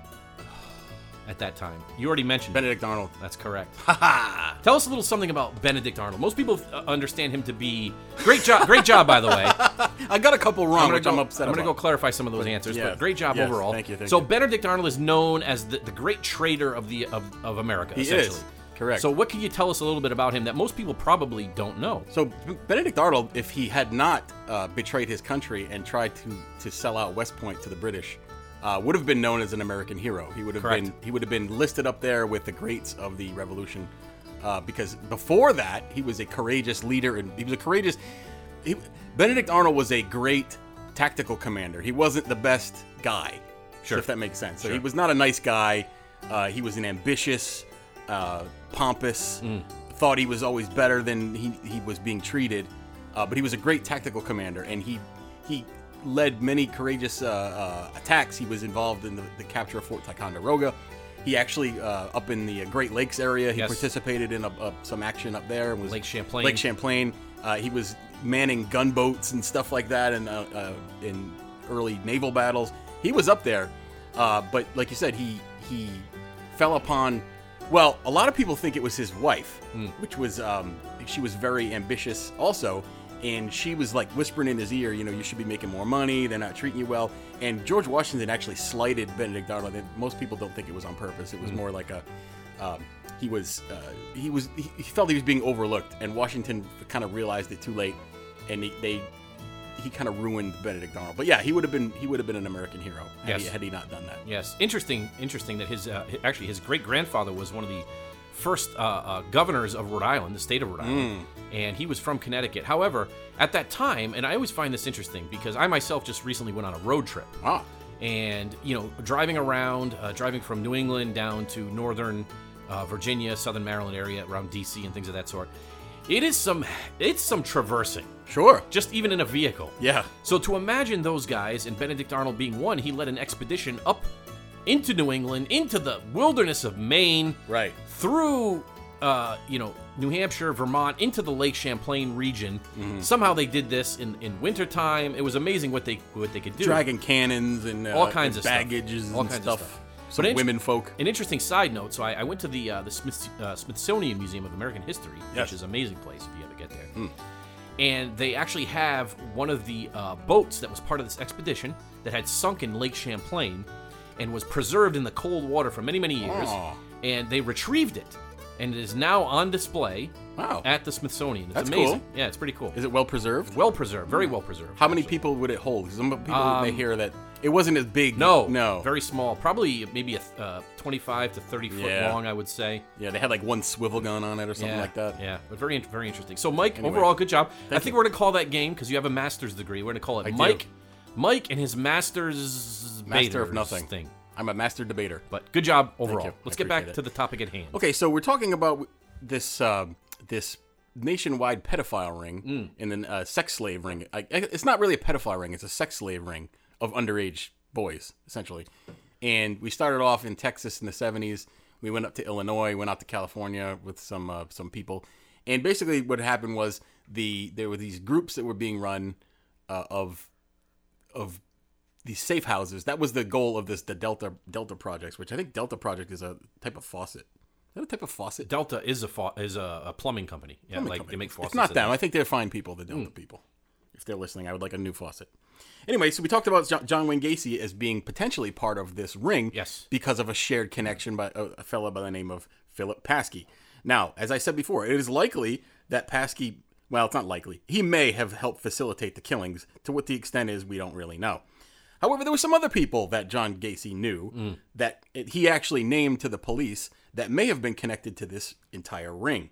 Speaker 2: at that time? You already mentioned it.
Speaker 1: Benedict Arnold.
Speaker 2: That's correct. Tell us a little something about Benedict Arnold. Most people uh, understand him to be great job. Great job, by the way.
Speaker 1: I got a couple wrong,
Speaker 2: gonna
Speaker 1: which I'm upset
Speaker 2: I'm gonna
Speaker 1: about.
Speaker 2: go clarify some of those answers,
Speaker 1: yes,
Speaker 2: but great job
Speaker 1: yes,
Speaker 2: overall.
Speaker 1: thank you, thank
Speaker 2: so
Speaker 1: you.
Speaker 2: Benedict Arnold is known as the, the great trader of the of, of America.
Speaker 1: He is,
Speaker 2: essentially.
Speaker 1: correct.
Speaker 2: So what can you tell us a little bit about him that most people probably don't know?
Speaker 1: so B- Benedict Arnold, if he had not uh, betrayed his country and tried to, to sell out West Point to the British, uh, would have been known as an American hero. He would have
Speaker 2: Correct.
Speaker 1: been he would have been listed up there with the greats of the Revolution, uh, because before that he was a courageous leader and he was a courageous. He, Benedict Arnold was a great tactical commander. He wasn't the best guy,
Speaker 2: Sure.
Speaker 1: if that makes sense. So he was not a nice guy. Uh, he was an ambitious, uh, pompous, thought he was always better than he, he was being treated. Uh, but he was a great tactical commander, and he he led many courageous uh, uh, attacks. He was involved in the, the capture of Fort Ticonderoga. He actually uh, up in the Great Lakes area. He
Speaker 2: Yes.
Speaker 1: participated in a, a, some action up there. and Was
Speaker 2: Lake Champlain.
Speaker 1: Lake Champlain. Uh, he was manning gunboats and stuff like that, and uh, uh, in early naval battles, he was up there. Uh, but like you said, he he fell upon. Well, a lot of people think it was his wife,
Speaker 2: Hmm.
Speaker 1: which was um, she was very ambitious also, and she was like whispering in his ear, you know, you should be making more money. They're not treating you well. And George Washington actually slighted Benedict Arnold. And most people don't think it was on purpose.
Speaker 2: Hmm.
Speaker 1: It was more like a um, he was uh, he was he he felt he was being overlooked, and Washington kind of realized it too late, and he, they he kind of ruined Benedict Arnold. But yeah, he would have been he would have been an American hero had,
Speaker 2: Yes.
Speaker 1: he, had he not done that.
Speaker 2: Yes, interesting. Interesting that his uh, actually his great grandfather was one of the first uh, uh, governors of Rhode Island, the state of Rhode Island,
Speaker 1: Hmm.
Speaker 2: and he was from Connecticut. However, at that time, and I always find this interesting because I myself just recently went on a road trip,
Speaker 1: Wow.
Speaker 2: and you know, driving around, uh, driving from New England down to northern uh, Virginia, southern Maryland area, around D.C. and things of that sort. It is some, it's some traversing,
Speaker 1: Sure.
Speaker 2: just even in a vehicle.
Speaker 1: Yeah.
Speaker 2: So to imagine those guys and Benedict Arnold being one, he led an expedition up into New England, into the wilderness of Maine,
Speaker 1: Right.
Speaker 2: through uh, you know New Hampshire, Vermont, into the Lake Champlain region.
Speaker 1: Mm-hmm.
Speaker 2: Somehow they did this in in wintertime. It was amazing what they what they could do.
Speaker 1: Dragon cannons and uh,
Speaker 2: All kinds of stuff.
Speaker 1: baggages
Speaker 2: All
Speaker 1: and
Speaker 2: kinds of
Speaker 1: stuff.
Speaker 2: stuff.
Speaker 1: Some
Speaker 2: But int-
Speaker 1: women folk.
Speaker 2: An interesting side note. So I, I went to the uh, the Smith, uh, Smithsonian Museum of American History,
Speaker 1: Yes. Hmm.
Speaker 2: which is an amazing place if you ever get there. And they actually have one of the uh, boats that was part of this expedition that had sunk in Lake Champlain and was preserved in the cold water for many many years.
Speaker 1: Aw.
Speaker 2: And they retrieved it, and it is now on display
Speaker 1: Wow.
Speaker 2: at the Smithsonian. It's
Speaker 1: That's
Speaker 2: amazing.
Speaker 1: cool.
Speaker 2: Yeah, it's pretty cool.
Speaker 1: Is it well preserved?
Speaker 2: well preserved, very well preserved.
Speaker 1: How many people would it hold? 'Cause Some people may
Speaker 2: Um,
Speaker 1: hear that it wasn't as big.
Speaker 2: No,
Speaker 1: No.
Speaker 2: very small. Probably maybe a th- uh, 25 to 30 foot
Speaker 1: Yeah.
Speaker 2: long, I would say.
Speaker 1: yeah, they had like one swivel gun on it or something
Speaker 2: yeah,
Speaker 1: like that.
Speaker 2: Yeah, but very in- very interesting. So Mike, overall, good job. I think we're gonna call that game because you have a master's degree. We're gonna call it
Speaker 1: do.
Speaker 2: Mike, Mike and his master's
Speaker 1: Master of
Speaker 2: baters
Speaker 1: nothing.
Speaker 2: thing.
Speaker 1: I'm a master debater.
Speaker 2: But good job overall.
Speaker 1: you.
Speaker 2: Let's
Speaker 1: I
Speaker 2: get back
Speaker 1: appreciate
Speaker 2: to the topic at hand.
Speaker 1: Okay, so we're talking about this uh, this nationwide pedophile ring and then uh, sex slave ring. I, I- it's not really a pedophile ring; it's a sex slave ring of underage boys, essentially. And we started off in Texas in the '70s. We went up to Illinois, went out to California with some uh, some people, and basically what happened was the there were these groups that were being run uh, of of these safe houses. That was the goal of this the Delta Delta projects, which I think Delta project is a type of faucet. Is that a type of faucet?
Speaker 2: Delta is a fa- is a, a plumbing company. Yeah, like they make faucets.
Speaker 1: It's not
Speaker 2: and- Hmm.
Speaker 1: them. I think they're fine people, the Delta people. If they're listening, I would like a new faucet. Anyway, so we talked about Jo- John Wayne Gacy as being potentially part of this ring
Speaker 2: Yes.
Speaker 1: because of a shared connection by a, a fellow by the name of Philip Paskey. Now, as I said before, it is likely that Paskey, well, it's not likely, he may have helped facilitate the killings. To what the extent is, we don't really know. However, there were some other people that John Gacy knew
Speaker 2: Hmm.
Speaker 1: that it, he actually named to the police that may have been connected to this entire ring.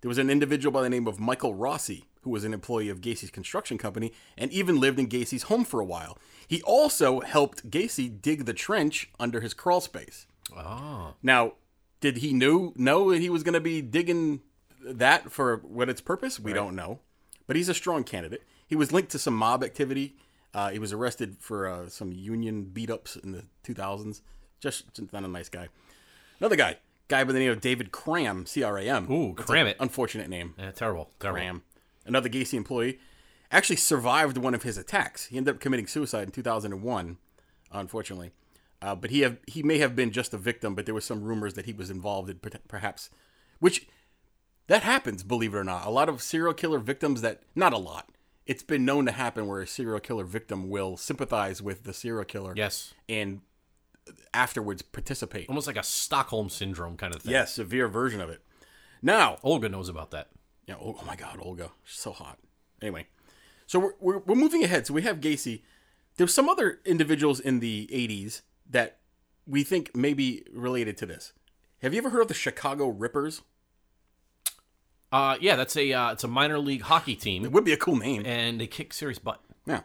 Speaker 1: There was an individual by the name of Michael Rossi, who was an employee of Gacy's construction company and even lived in Gacy's home for a while. He also helped Gacy dig the trench under his crawl space.
Speaker 2: Ah,
Speaker 1: Now, did he knew know that he was going to be digging that for what its purpose? We don't know, but he's a strong candidate. He was linked to some mob activity. Uh, he was arrested for uh, some union beat ups in the 2000s. Just just not a nice guy. Another guy, guy by the name of David Cram, C R A M.
Speaker 2: Ooh,
Speaker 1: That's
Speaker 2: Cram
Speaker 1: a
Speaker 2: it.
Speaker 1: Unfortunate name.
Speaker 2: eh, terrible, terrible.
Speaker 1: Ram, another Gacy employee, actually survived one of his attacks. He ended up committing suicide in 2001, unfortunately. Uh, but he have, he may have been just a victim, but there was some rumors that he was involved in per- perhaps, which that happens, believe it or not. A lot of serial killer victims that not a lot. It's been known to happen where a serial killer victim will sympathize with the serial killer
Speaker 2: Yes,
Speaker 1: and afterwards participate.
Speaker 2: almost like a Stockholm syndrome kind of thing.
Speaker 1: Yeah, severe version of it. Now,
Speaker 2: Olga knows about that.
Speaker 1: yeah. Oh, oh my God, Olga, she's so hot. Anyway, so we're, we're we're moving ahead. So we have Gacy. There's some other individuals in the '80s that we think may be related to this. Have you ever heard of the Chicago Rippers?
Speaker 2: Uh, yeah, that's a uh, it's a minor league hockey team,
Speaker 1: It would be a cool name.
Speaker 2: and they kick serious butt.
Speaker 1: Yeah.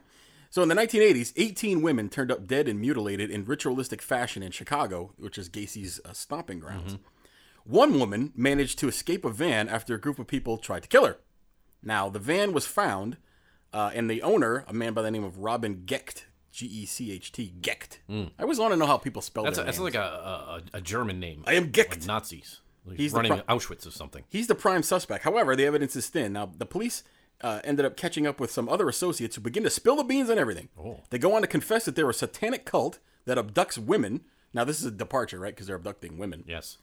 Speaker 1: So in the 1980s, 18 women turned up dead and mutilated in ritualistic fashion in Chicago, which is Gacy's uh, stomping grounds.
Speaker 2: Mm-hmm.
Speaker 1: One woman managed to escape a van after a group of people tried to kill her. Now, the van was found Uh, and the owner, a man by the name of Robin Gecht, G E C H T, Gecht. I always want to know how people spell
Speaker 2: Mm. That's, a,
Speaker 1: their names.
Speaker 2: that's like a, a, a German name.
Speaker 1: I am Gecht.
Speaker 2: Like Nazis. Like
Speaker 1: He's the
Speaker 2: running
Speaker 1: pro-
Speaker 2: Auschwitz or something.
Speaker 1: He's the prime suspect. However, the evidence is thin. Now, the police uh, ended up catching up with some other associates who begin to spill the beans on everything. They go on to confess that they're a satanic cult that abducts women. Now, this is a departure, right? Because they're abducting women.
Speaker 2: Yes.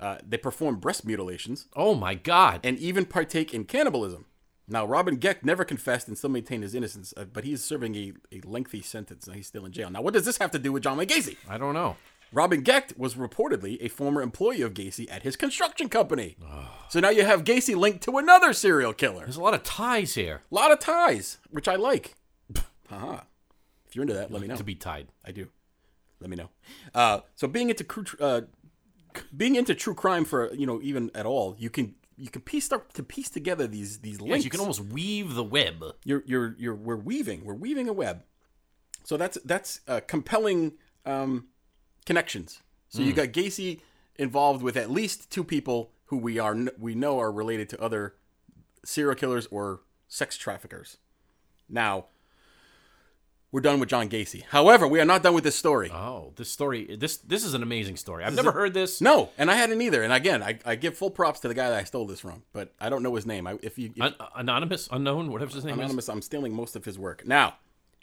Speaker 1: Uh, they perform breast mutilations
Speaker 2: Oh my God.
Speaker 1: and even partake in cannibalism. Now, Robin Geck never confessed and still maintained his innocence, uh, but he is serving a, a lengthy sentence. Now, he's still in jail. Now, what does this have to do with John Wayne Gacy?
Speaker 2: I don't know.
Speaker 1: Robin Gecht was reportedly a former employee of Gacy at his construction company. So now you have Gacy linked to another serial killer.
Speaker 2: There's a lot of ties here
Speaker 1: A lot of ties, which I like. Haha. If you're into that, let me know.
Speaker 2: to be tied.
Speaker 1: I do. Let me know. Uh, so being into cru- uh, being into true crime for you know even at all, you can you can piece up to piece together these these links.
Speaker 2: Yes, you can almost weave the web.
Speaker 1: you're you're you're we're weaving we're weaving a web so that's that's uh, compelling um, connections so you got gacy involved with at least two people who we are we know are related to other serial killers or sex traffickers now we're done with john gacy however we are not done with this story
Speaker 2: Oh, this story. This this is an amazing story. I've never heard this.
Speaker 1: no and i hadn't either and again I, I give full props to the guy that i stole this from but i don't know his name I, if you if
Speaker 2: An- uh, anonymous, unknown, whatever his name is.
Speaker 1: anonymous i'm stealing most of his work now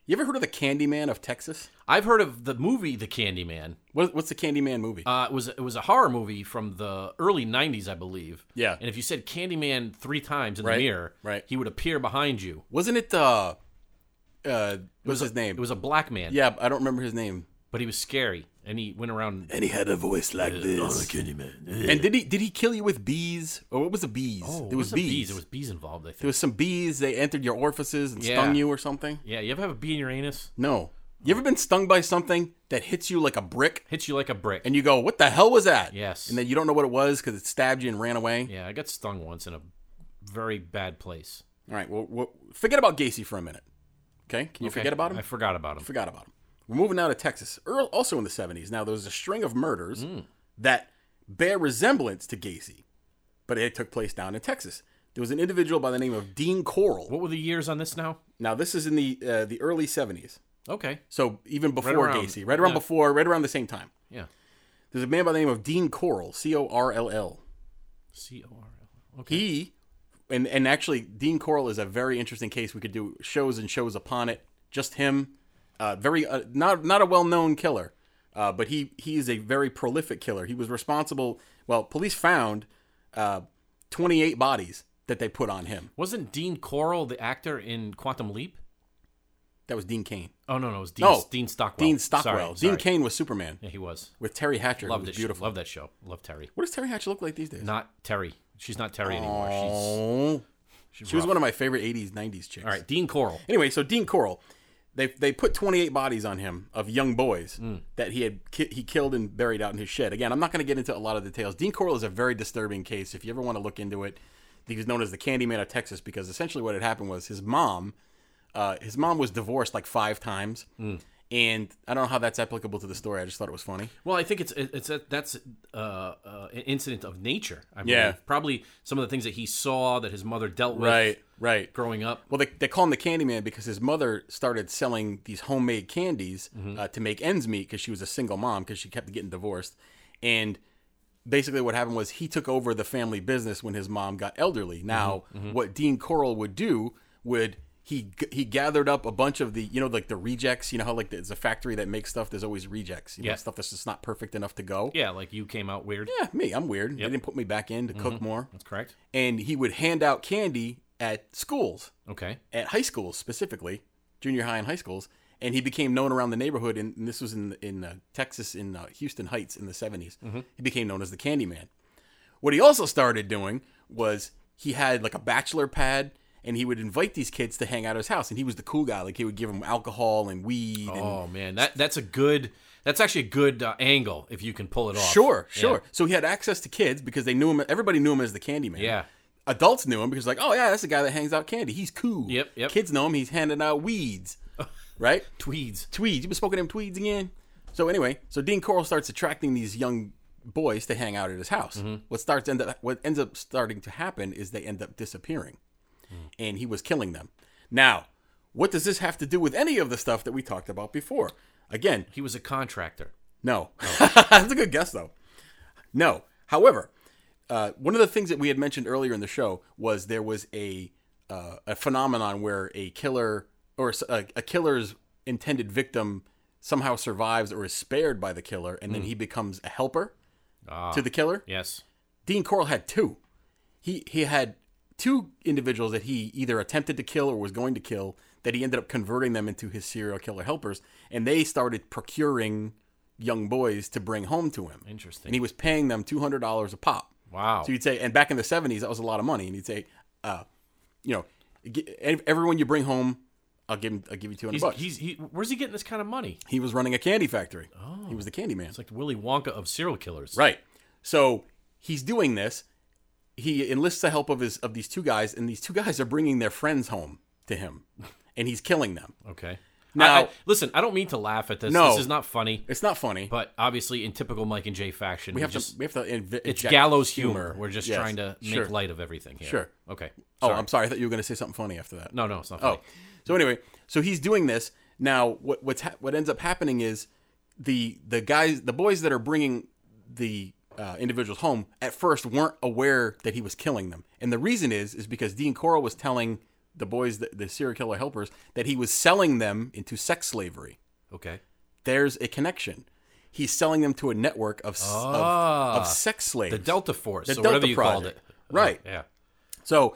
Speaker 1: you ever heard of the candyman of texas
Speaker 2: I've heard of the movie The Candyman.
Speaker 1: What, what's the Candyman movie?
Speaker 2: Uh, it was it was a horror movie from the early '90s, I believe.
Speaker 1: Yeah.
Speaker 2: And if you said Candyman three times in
Speaker 1: Right,
Speaker 2: the mirror,
Speaker 1: right.
Speaker 2: he would appear behind you.
Speaker 1: Wasn't it uh, uh, what's his name?
Speaker 2: It was a black man,
Speaker 1: yeah, I don't remember his name.
Speaker 2: but he was scary, and he went around.
Speaker 1: And he had a voice like this.
Speaker 2: Candyman.
Speaker 1: And did he did he kill you with bees or what was the bees?
Speaker 2: Oh,
Speaker 1: there was bees.
Speaker 2: There was bees involved. I think.
Speaker 1: There was some bees. They entered your orifices and
Speaker 2: Yeah.
Speaker 1: stung you or something.
Speaker 2: yeah. You ever have a bee in your anus?
Speaker 1: No, you ever been stung by something that hits you like a brick
Speaker 2: Hits you like a brick.
Speaker 1: and you go, "What the hell was that?"
Speaker 2: Yes.
Speaker 1: And then you don't know what it was because it stabbed you and ran away.
Speaker 2: yeah, I got stung once in a very bad place.
Speaker 1: All right, well, well, forget about Gacy for a minute. Okay, can you
Speaker 2: Okay,
Speaker 1: forget about him?
Speaker 2: I forgot about him.
Speaker 1: forgot about him. We're moving now to Texas, Earl, also in the 70s. Now, there was a string of murders
Speaker 2: Hmm.
Speaker 1: that bear resemblance to Gacy, but it took place down in Texas. There was an individual by the name of Dean Coral.
Speaker 2: What were the years on this now?
Speaker 1: Now, this is in the uh, the early 70s,
Speaker 2: Okay.
Speaker 1: so even before
Speaker 2: around-
Speaker 1: Gacy, right around
Speaker 2: yeah.
Speaker 1: before, right around the same time.
Speaker 2: Yeah.
Speaker 1: There's a man by the name of Dean Coral, C O R L L.
Speaker 2: C O R L. Okay.
Speaker 1: He, and and actually, Dean Coral is a very interesting case. We could do shows and shows upon it. Just him, uh, very uh, not not a well known killer, uh, but he he is a very prolific killer. He was responsible. Well, police found uh, 28 bodies that they put on him.
Speaker 2: Wasn't Dean Coral the actor in Quantum Leap?
Speaker 1: That was Dean Kane,
Speaker 2: Oh no, no, it was Dean,
Speaker 1: No.
Speaker 2: Dean Stockwell.
Speaker 1: Dean Stockwell.
Speaker 2: Sorry,
Speaker 1: Dean
Speaker 2: sorry.
Speaker 1: Kane was Superman
Speaker 2: Yeah, he was.
Speaker 1: with Terry Hatcher.
Speaker 2: Loved
Speaker 1: who
Speaker 2: it.
Speaker 1: was beautiful.
Speaker 2: Love that show. Love Terry.
Speaker 1: What does Terry Hatcher look like these days?
Speaker 2: Not Terry. She's not Terry anymore. She's
Speaker 1: Oh,
Speaker 2: she's
Speaker 1: she was
Speaker 2: rough.
Speaker 1: one of my favorite 80s 90s chicks.
Speaker 2: All right, Dean Coral.
Speaker 1: Anyway, so Dean Coral, they they put 28 bodies on him of young boys that he had ki- he killed and buried out in his shed. Again, I'm not going to get into a lot of details. Dean Coral is a very disturbing case. If you ever want to look into it, he was known as the Candyman of Texas because essentially what had happened was his mom, uh, his mom was divorced like five times, and I don't know how that's applicable to the story. I just thought it was funny.
Speaker 2: Well, I think it's it's a, that's uh, uh, an incident of nature. I believe.
Speaker 1: Yeah.
Speaker 2: Probably some of the things that he saw that his mother dealt with
Speaker 1: right.
Speaker 2: growing up.
Speaker 1: Well, they, they call him the Candyman because his mother started selling these homemade candies
Speaker 2: Mm-hmm.
Speaker 1: uh, to make ends meet because she was a single mom because she kept getting divorced. And basically, what happened was he took over the family business when his mom got
Speaker 2: Mm-hmm.
Speaker 1: elderly. Now, what Dean Coral would do would he g- he gathered up a bunch of the you know like the rejects you know how like there's a factory that makes stuff there's always rejects you know
Speaker 2: Yeah.
Speaker 1: stuff that's just not perfect enough to go
Speaker 2: Yeah, like you came out weird.
Speaker 1: yeah me I'm weird they didn't put me back in to
Speaker 2: Mm-hmm.
Speaker 1: cook more
Speaker 2: That's correct.
Speaker 1: and he would hand out candy at schools
Speaker 2: Okay.
Speaker 1: at high schools specifically, junior high and high schools, and he became known around the neighborhood. And, and this was in in uh, Texas, in uh, Houston Heights, in the 70s
Speaker 2: Mm-hmm.
Speaker 1: He became known as the Candy Man. What he also started doing was he had like a bachelor pad. And he would invite these kids to hang out at his house, and he was the cool guy. Like he would give them alcohol and weed. and
Speaker 2: Oh man, that that's a good. That's actually a good uh, angle if you can pull it off.
Speaker 1: Sure,
Speaker 2: Oh, Yeah.
Speaker 1: sure. So he had access to kids because they knew him. Everybody knew him as the candy man.
Speaker 2: Yeah.
Speaker 1: Adults knew him because, like, oh, yeah, that's the guy that hangs out candy. He's cool.
Speaker 2: Yep, yep.
Speaker 1: Kids know him. He's handing out weeds, right?
Speaker 2: Tweeds.
Speaker 1: Tweeds. You been smoking them tweeds again? So, anyway, so Dean Coral starts attracting these young boys to hang out at his house. What starts end up, what ends up starting to happen is they end up disappearing and he was killing them. Now, what does this have to do with any of the stuff that we talked about before? Again,
Speaker 2: He was a contractor.
Speaker 1: no. That's a good guess, though. No. However, uh, one of the things that we had mentioned earlier in the show was there was a uh, a phenomenon where a killer or s- a, a killer's intended victim somehow survives or is spared by the killer, and then he becomes a helper to the killer.
Speaker 2: Yes.
Speaker 1: Dean Coral had two. He he had two individuals that he either attempted to kill or was going to kill that he ended up converting them into his serial killer helpers, and they started procuring young boys to bring home to him.
Speaker 2: Interesting.
Speaker 1: And he was paying them two hundred dollars a pop.
Speaker 2: Wow.
Speaker 1: So you'd say, and back in the seventies, that was a lot of money. And you'd say, uh, you know, "Gi- ev- everyone you bring home, I'll give him, I'll give you two hundred
Speaker 2: He's,
Speaker 1: bucks.
Speaker 2: he's he, where's he getting this kind of money?
Speaker 1: he was running a candy factory. Oh. He was the candy man.
Speaker 2: It's like the Willy Wonka of serial killers.
Speaker 1: Right. So he's doing this. He enlists the help of his of these two guys, and these two guys are bringing their friends home to him, and he's killing them.
Speaker 2: Okay.
Speaker 1: Now-
Speaker 2: I- I- listen, I don't mean to laugh at this.
Speaker 1: No.
Speaker 2: This is not funny,
Speaker 1: It's not funny.
Speaker 2: but obviously, in typical Mike and Jay fashion,
Speaker 1: we have
Speaker 2: just,
Speaker 1: to we have to inv-
Speaker 2: it's
Speaker 1: inject
Speaker 2: gallows humor. We're just
Speaker 1: Yes.
Speaker 2: trying to make
Speaker 1: Sure.
Speaker 2: light of everything here.
Speaker 1: Sure.
Speaker 2: Okay.
Speaker 1: Oh, I'm sorry. I thought you were going to say something funny after that.
Speaker 2: No, no, it's not funny.
Speaker 1: Oh, so anyway, so he's doing this now. What what's ha- what ends up happening is the the guys, the boys that are bringing the uh, individuals home at first weren't aware that he was killing them, and the reason is is because Dean Coral was telling the boys, the, the serial killer helpers, that he was selling them into sex slavery.
Speaker 2: Okay.
Speaker 1: There's a connection. He's selling them to a network of s of,
Speaker 2: Ah.
Speaker 1: of sex slaves.
Speaker 2: The Delta Force,
Speaker 1: The
Speaker 2: or whatever
Speaker 1: Delta
Speaker 2: you called it. Uh,
Speaker 1: Project. Right.
Speaker 2: Yeah.
Speaker 1: so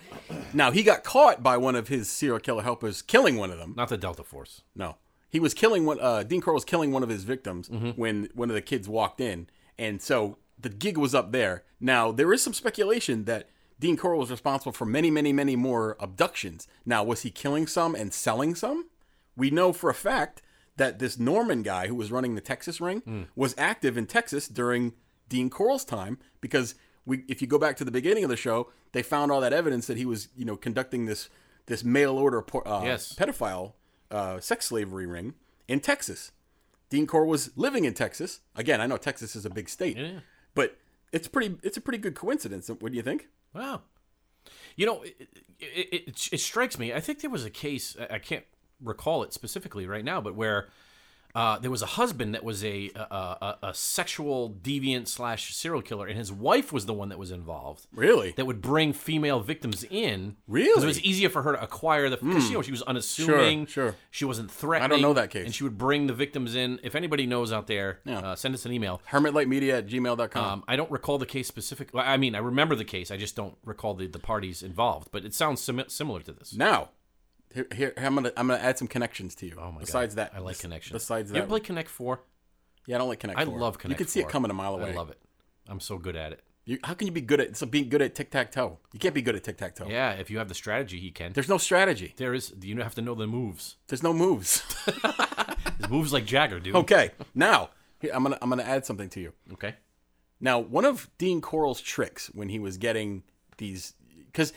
Speaker 1: now he got caught by one of his serial killer helpers killing one of them.
Speaker 2: Not the Delta Force.
Speaker 1: No, he was killing one. Uh, Dean Crow was killing one of his victims when one of the kids walked in, and so the gig was up there. Now there is some speculation that Dean Crow was responsible for many, many, many more abductions. Now was he killing some and selling some? We know for a fact that this Norman guy who was running the Texas ring was active in Texas during Dean Coral's time because we, if you go back to the beginning of the show, they found all that evidence that he was, you know, conducting this this mail order por- uh,
Speaker 2: Yes.
Speaker 1: pedophile uh, sex slavery ring in Texas. Dean Core was living in Texas. Again, I know Texas is a big state,
Speaker 2: Yeah.
Speaker 1: but it's pretty it's a pretty good coincidence. What do you think?
Speaker 2: Wow. You know, it, it, it, it strikes me. I think there was a case, I- I can't recall it specifically right now, but where uh, there was a husband that was a, a, a, a sexual deviant slash serial killer, and his wife was the one that was involved.
Speaker 1: Really?
Speaker 2: That would bring female victims in. Because
Speaker 1: Really?
Speaker 2: it was easier for her to acquire the. Because, you know, she was unassuming.
Speaker 1: Hmm. sure.
Speaker 2: She wasn't threatening.
Speaker 1: know that case.
Speaker 2: And she would bring the victims in. If anybody knows out there, uh, send us an email.
Speaker 1: Hermitlightmedia at gmail.com.
Speaker 2: Um, I don't recall the case specific. well, I mean, I remember the case. I just don't recall the, the parties involved. But it sounds simi- similar to this.
Speaker 1: now, here, here I'm gonna I'm gonna add some connections to you.
Speaker 2: Oh my God.
Speaker 1: besides that,
Speaker 2: I like
Speaker 1: bes-
Speaker 2: Connection.
Speaker 1: Besides
Speaker 2: you
Speaker 1: that,
Speaker 2: ever play Connect Four?
Speaker 1: yeah, I don't like Connect.
Speaker 2: I
Speaker 1: Four.
Speaker 2: love Connect.
Speaker 1: You can see it
Speaker 2: Four.
Speaker 1: coming a mile away.
Speaker 2: I love it. I'm so good at it.
Speaker 1: You, how can you be good at so being good at tic tac toe? You can't be good at tic tac toe.
Speaker 2: Yeah, if you have the strategy, he can.
Speaker 1: There's no strategy.
Speaker 2: there is. You have to know the moves.
Speaker 1: There's no moves.
Speaker 2: His moves like Jagger, dude.
Speaker 1: okay, now here, I'm gonna I'm gonna add something to you.
Speaker 2: Okay.
Speaker 1: Now, one of Dean Coral's tricks when he was getting these, because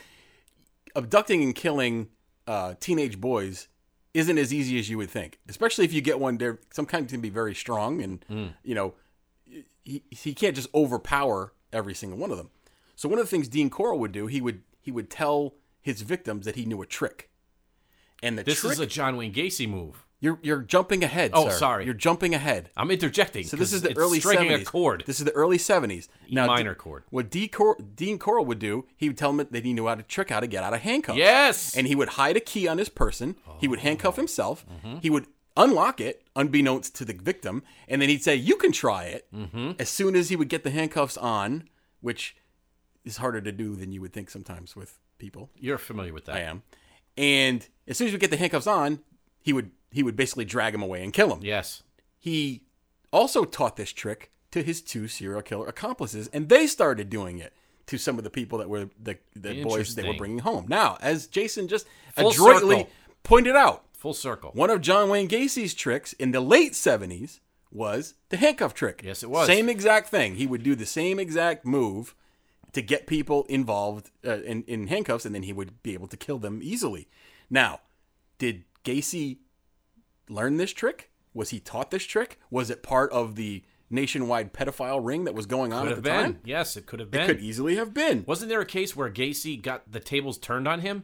Speaker 1: abducting and killing uh, teenage boys isn't as easy as you would think, especially if you get one. There, some kind can be very strong, and
Speaker 2: Mm.
Speaker 1: you know, he he can't just overpower every single one of them. So one of the things Dean Coral would do, he would he would tell his victims that he knew a trick, and the
Speaker 2: This
Speaker 1: trick
Speaker 2: is a John Wayne Gacy move.
Speaker 1: you're you're jumping ahead.
Speaker 2: Oh,
Speaker 1: sir.
Speaker 2: sorry.
Speaker 1: you're jumping ahead.
Speaker 2: I'm interjecting.
Speaker 1: So this
Speaker 2: 'cause
Speaker 1: is the
Speaker 2: it's
Speaker 1: early
Speaker 2: striking
Speaker 1: 70s.
Speaker 2: a chord. E
Speaker 1: This is the early 70s. Now,
Speaker 2: minor chord.
Speaker 1: What D Cor- Dean Coral would do, he would tell him that he knew how to trick how to get out of handcuffs.
Speaker 2: yes. Oh.
Speaker 1: And he would hide a key on his person. He would handcuff himself.
Speaker 2: Mm-hmm.
Speaker 1: He would unlock it, unbeknownst to the victim, and then he'd say, "You can try it."
Speaker 2: Mm-hmm.
Speaker 1: As soon as he would get the handcuffs on, which is harder to do than you would think sometimes with people.
Speaker 2: You're familiar with that.
Speaker 1: I am. And as soon as we get the handcuffs on, he would he would basically drag him away and kill him
Speaker 2: Yes.
Speaker 1: he also taught this trick to his two serial killer accomplices, and they started doing it to some of the people that were the, the boys they were
Speaker 2: Interesting.
Speaker 1: bringing home. Now, as Jason just
Speaker 2: Full
Speaker 1: adroitly
Speaker 2: circle.
Speaker 1: pointed out,
Speaker 2: Full circle.
Speaker 1: one of John Wayne Gacy's tricks in the late 70s was the handcuff trick.
Speaker 2: Yes, it was.
Speaker 1: Same exact thing. He would do the same exact move to get people involved uh, in, in handcuffs, and then he would be able to kill them easily. Now, did Gacy learn this trick? Was he taught this trick? Was it part of the nationwide pedophile ring that was going on
Speaker 2: Could
Speaker 1: at
Speaker 2: have
Speaker 1: the
Speaker 2: been.
Speaker 1: time?
Speaker 2: Yes, it could have been.
Speaker 1: Could easily have been.
Speaker 2: Wasn't there a case where Gacy got the tables turned on him?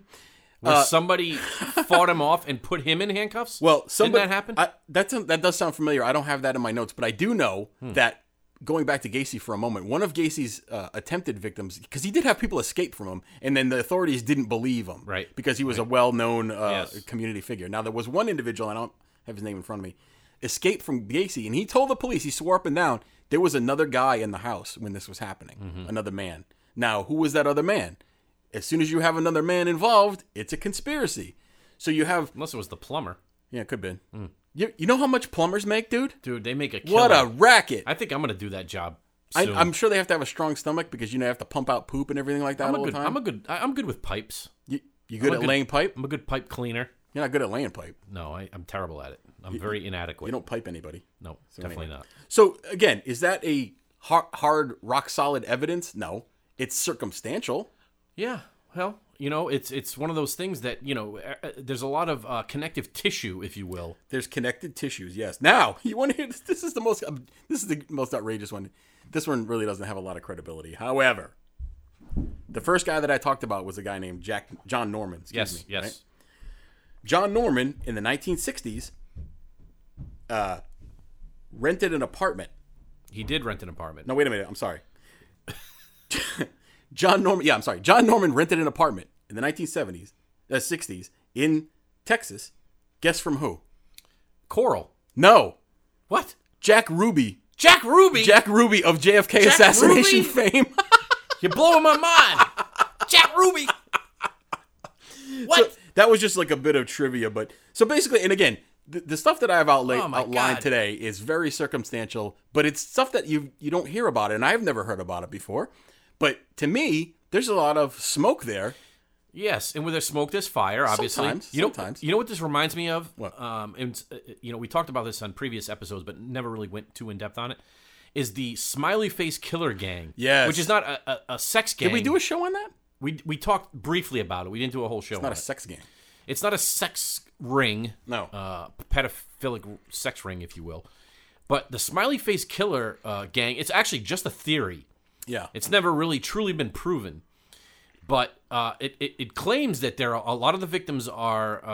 Speaker 2: where somebody fought him off and put him in handcuffs.
Speaker 1: Uh, Well, somebody,
Speaker 2: that happen?
Speaker 1: I, that's that does sound familiar. I don't have that in my notes, but I do know
Speaker 2: Hmm.
Speaker 1: that going back to Gacy for a moment, one of Gacy's uh, attempted victims, because he did have people escape from him, and then the authorities didn't believe him,
Speaker 2: Right.
Speaker 1: Because he was a well-known uh,
Speaker 2: Yes.
Speaker 1: community figure. Now there was one individual, and I don't have his name in front of me, escaped from Gacy, and he told the police. He swore up and down there was another guy in the house when this was happening,
Speaker 2: Mm-hmm.
Speaker 1: another man. Now who was that other man? As soon as you have another man involved, it's a conspiracy. So you have
Speaker 2: Unless it was the plumber,
Speaker 1: yeah, it could have
Speaker 2: Hmm.
Speaker 1: been. You, you know how much plumbers make, dude?
Speaker 2: dude. They make a killer.
Speaker 1: What a racket.
Speaker 2: I think I'm gonna do that job.
Speaker 1: I,
Speaker 2: Soon.
Speaker 1: I'm sure they have to have a strong stomach because you know they have to pump out poop and everything like that
Speaker 2: I'm a
Speaker 1: all
Speaker 2: good.
Speaker 1: the time.
Speaker 2: I'm a good. I- I'm good with pipes.
Speaker 1: you, you good
Speaker 2: a
Speaker 1: at
Speaker 2: good-
Speaker 1: laying pipe?
Speaker 2: I'm a good pipe cleaner.
Speaker 1: You're not good at laying pipe.
Speaker 2: No, I, I'm terrible at it. I'm very inadequate.
Speaker 1: You don't pipe anybody.
Speaker 2: no, definitely not.
Speaker 1: So again, is that a hard, hard rock solid evidence? No, it's circumstantial.
Speaker 2: Yeah. Well, you know, it's it's one of those things that you know. uh, uh, There's a lot of uh, connective tissue, if you will.
Speaker 1: There's connected tissues. Yes. Now you want to hear this? This is the most. Um, this is the most outrageous one. This one really doesn't have a lot of credibility. However, the first guy that I talked about was a guy named Jack John Norman. Excuse
Speaker 2: Yes.
Speaker 1: me,
Speaker 2: yes.
Speaker 1: right? John Norman in the 1960s uh, rented an apartment.
Speaker 2: He did rent an apartment.
Speaker 1: No, wait a minute. I'm sorry. John Norman. Yeah, I'm sorry. John Norman rented an apartment in the 1970s, uh, 60s in Texas. Guess from who?
Speaker 2: Coral.
Speaker 1: No,
Speaker 2: What?
Speaker 1: Jack Ruby.
Speaker 2: Jack Ruby.
Speaker 1: Jack Ruby of JFK
Speaker 2: Jack
Speaker 1: assassination
Speaker 2: Ruby?
Speaker 1: fame.
Speaker 2: You're blowing my mind. Jack Ruby. What?
Speaker 1: that was just like a bit of trivia, but so basically, and again, the, the stuff that I have outla-
Speaker 2: Oh my
Speaker 1: outlined
Speaker 2: God.
Speaker 1: today is very circumstantial, but it's stuff that you you don't hear about it, and I've never heard about it before. But to me, there's a lot of smoke there.
Speaker 2: Yes, and where there's smoke, there's fire. Obviously,
Speaker 1: Sometimes,
Speaker 2: you know,
Speaker 1: sometimes.
Speaker 2: you know what this reminds me of.
Speaker 1: What?
Speaker 2: Um, and uh, you know, we talked about this on previous episodes, but never really went too in depth on it. Is the smiley face killer gang?
Speaker 1: Yes.
Speaker 2: which is not a, a, a sex gang.
Speaker 1: Did we do a show on that?
Speaker 2: We we talked briefly about it. We didn't do a whole show.
Speaker 1: Not
Speaker 2: on
Speaker 1: a sex game.
Speaker 2: it. It's not a sex ring.
Speaker 1: No.
Speaker 2: Uh, pedophilic sex ring, if you will. But the smiley face killer uh, gang. It's actually just a theory.
Speaker 1: yeah.
Speaker 2: It's never really truly been proven, but uh, it, it it claims that there are a lot of the victims are uh,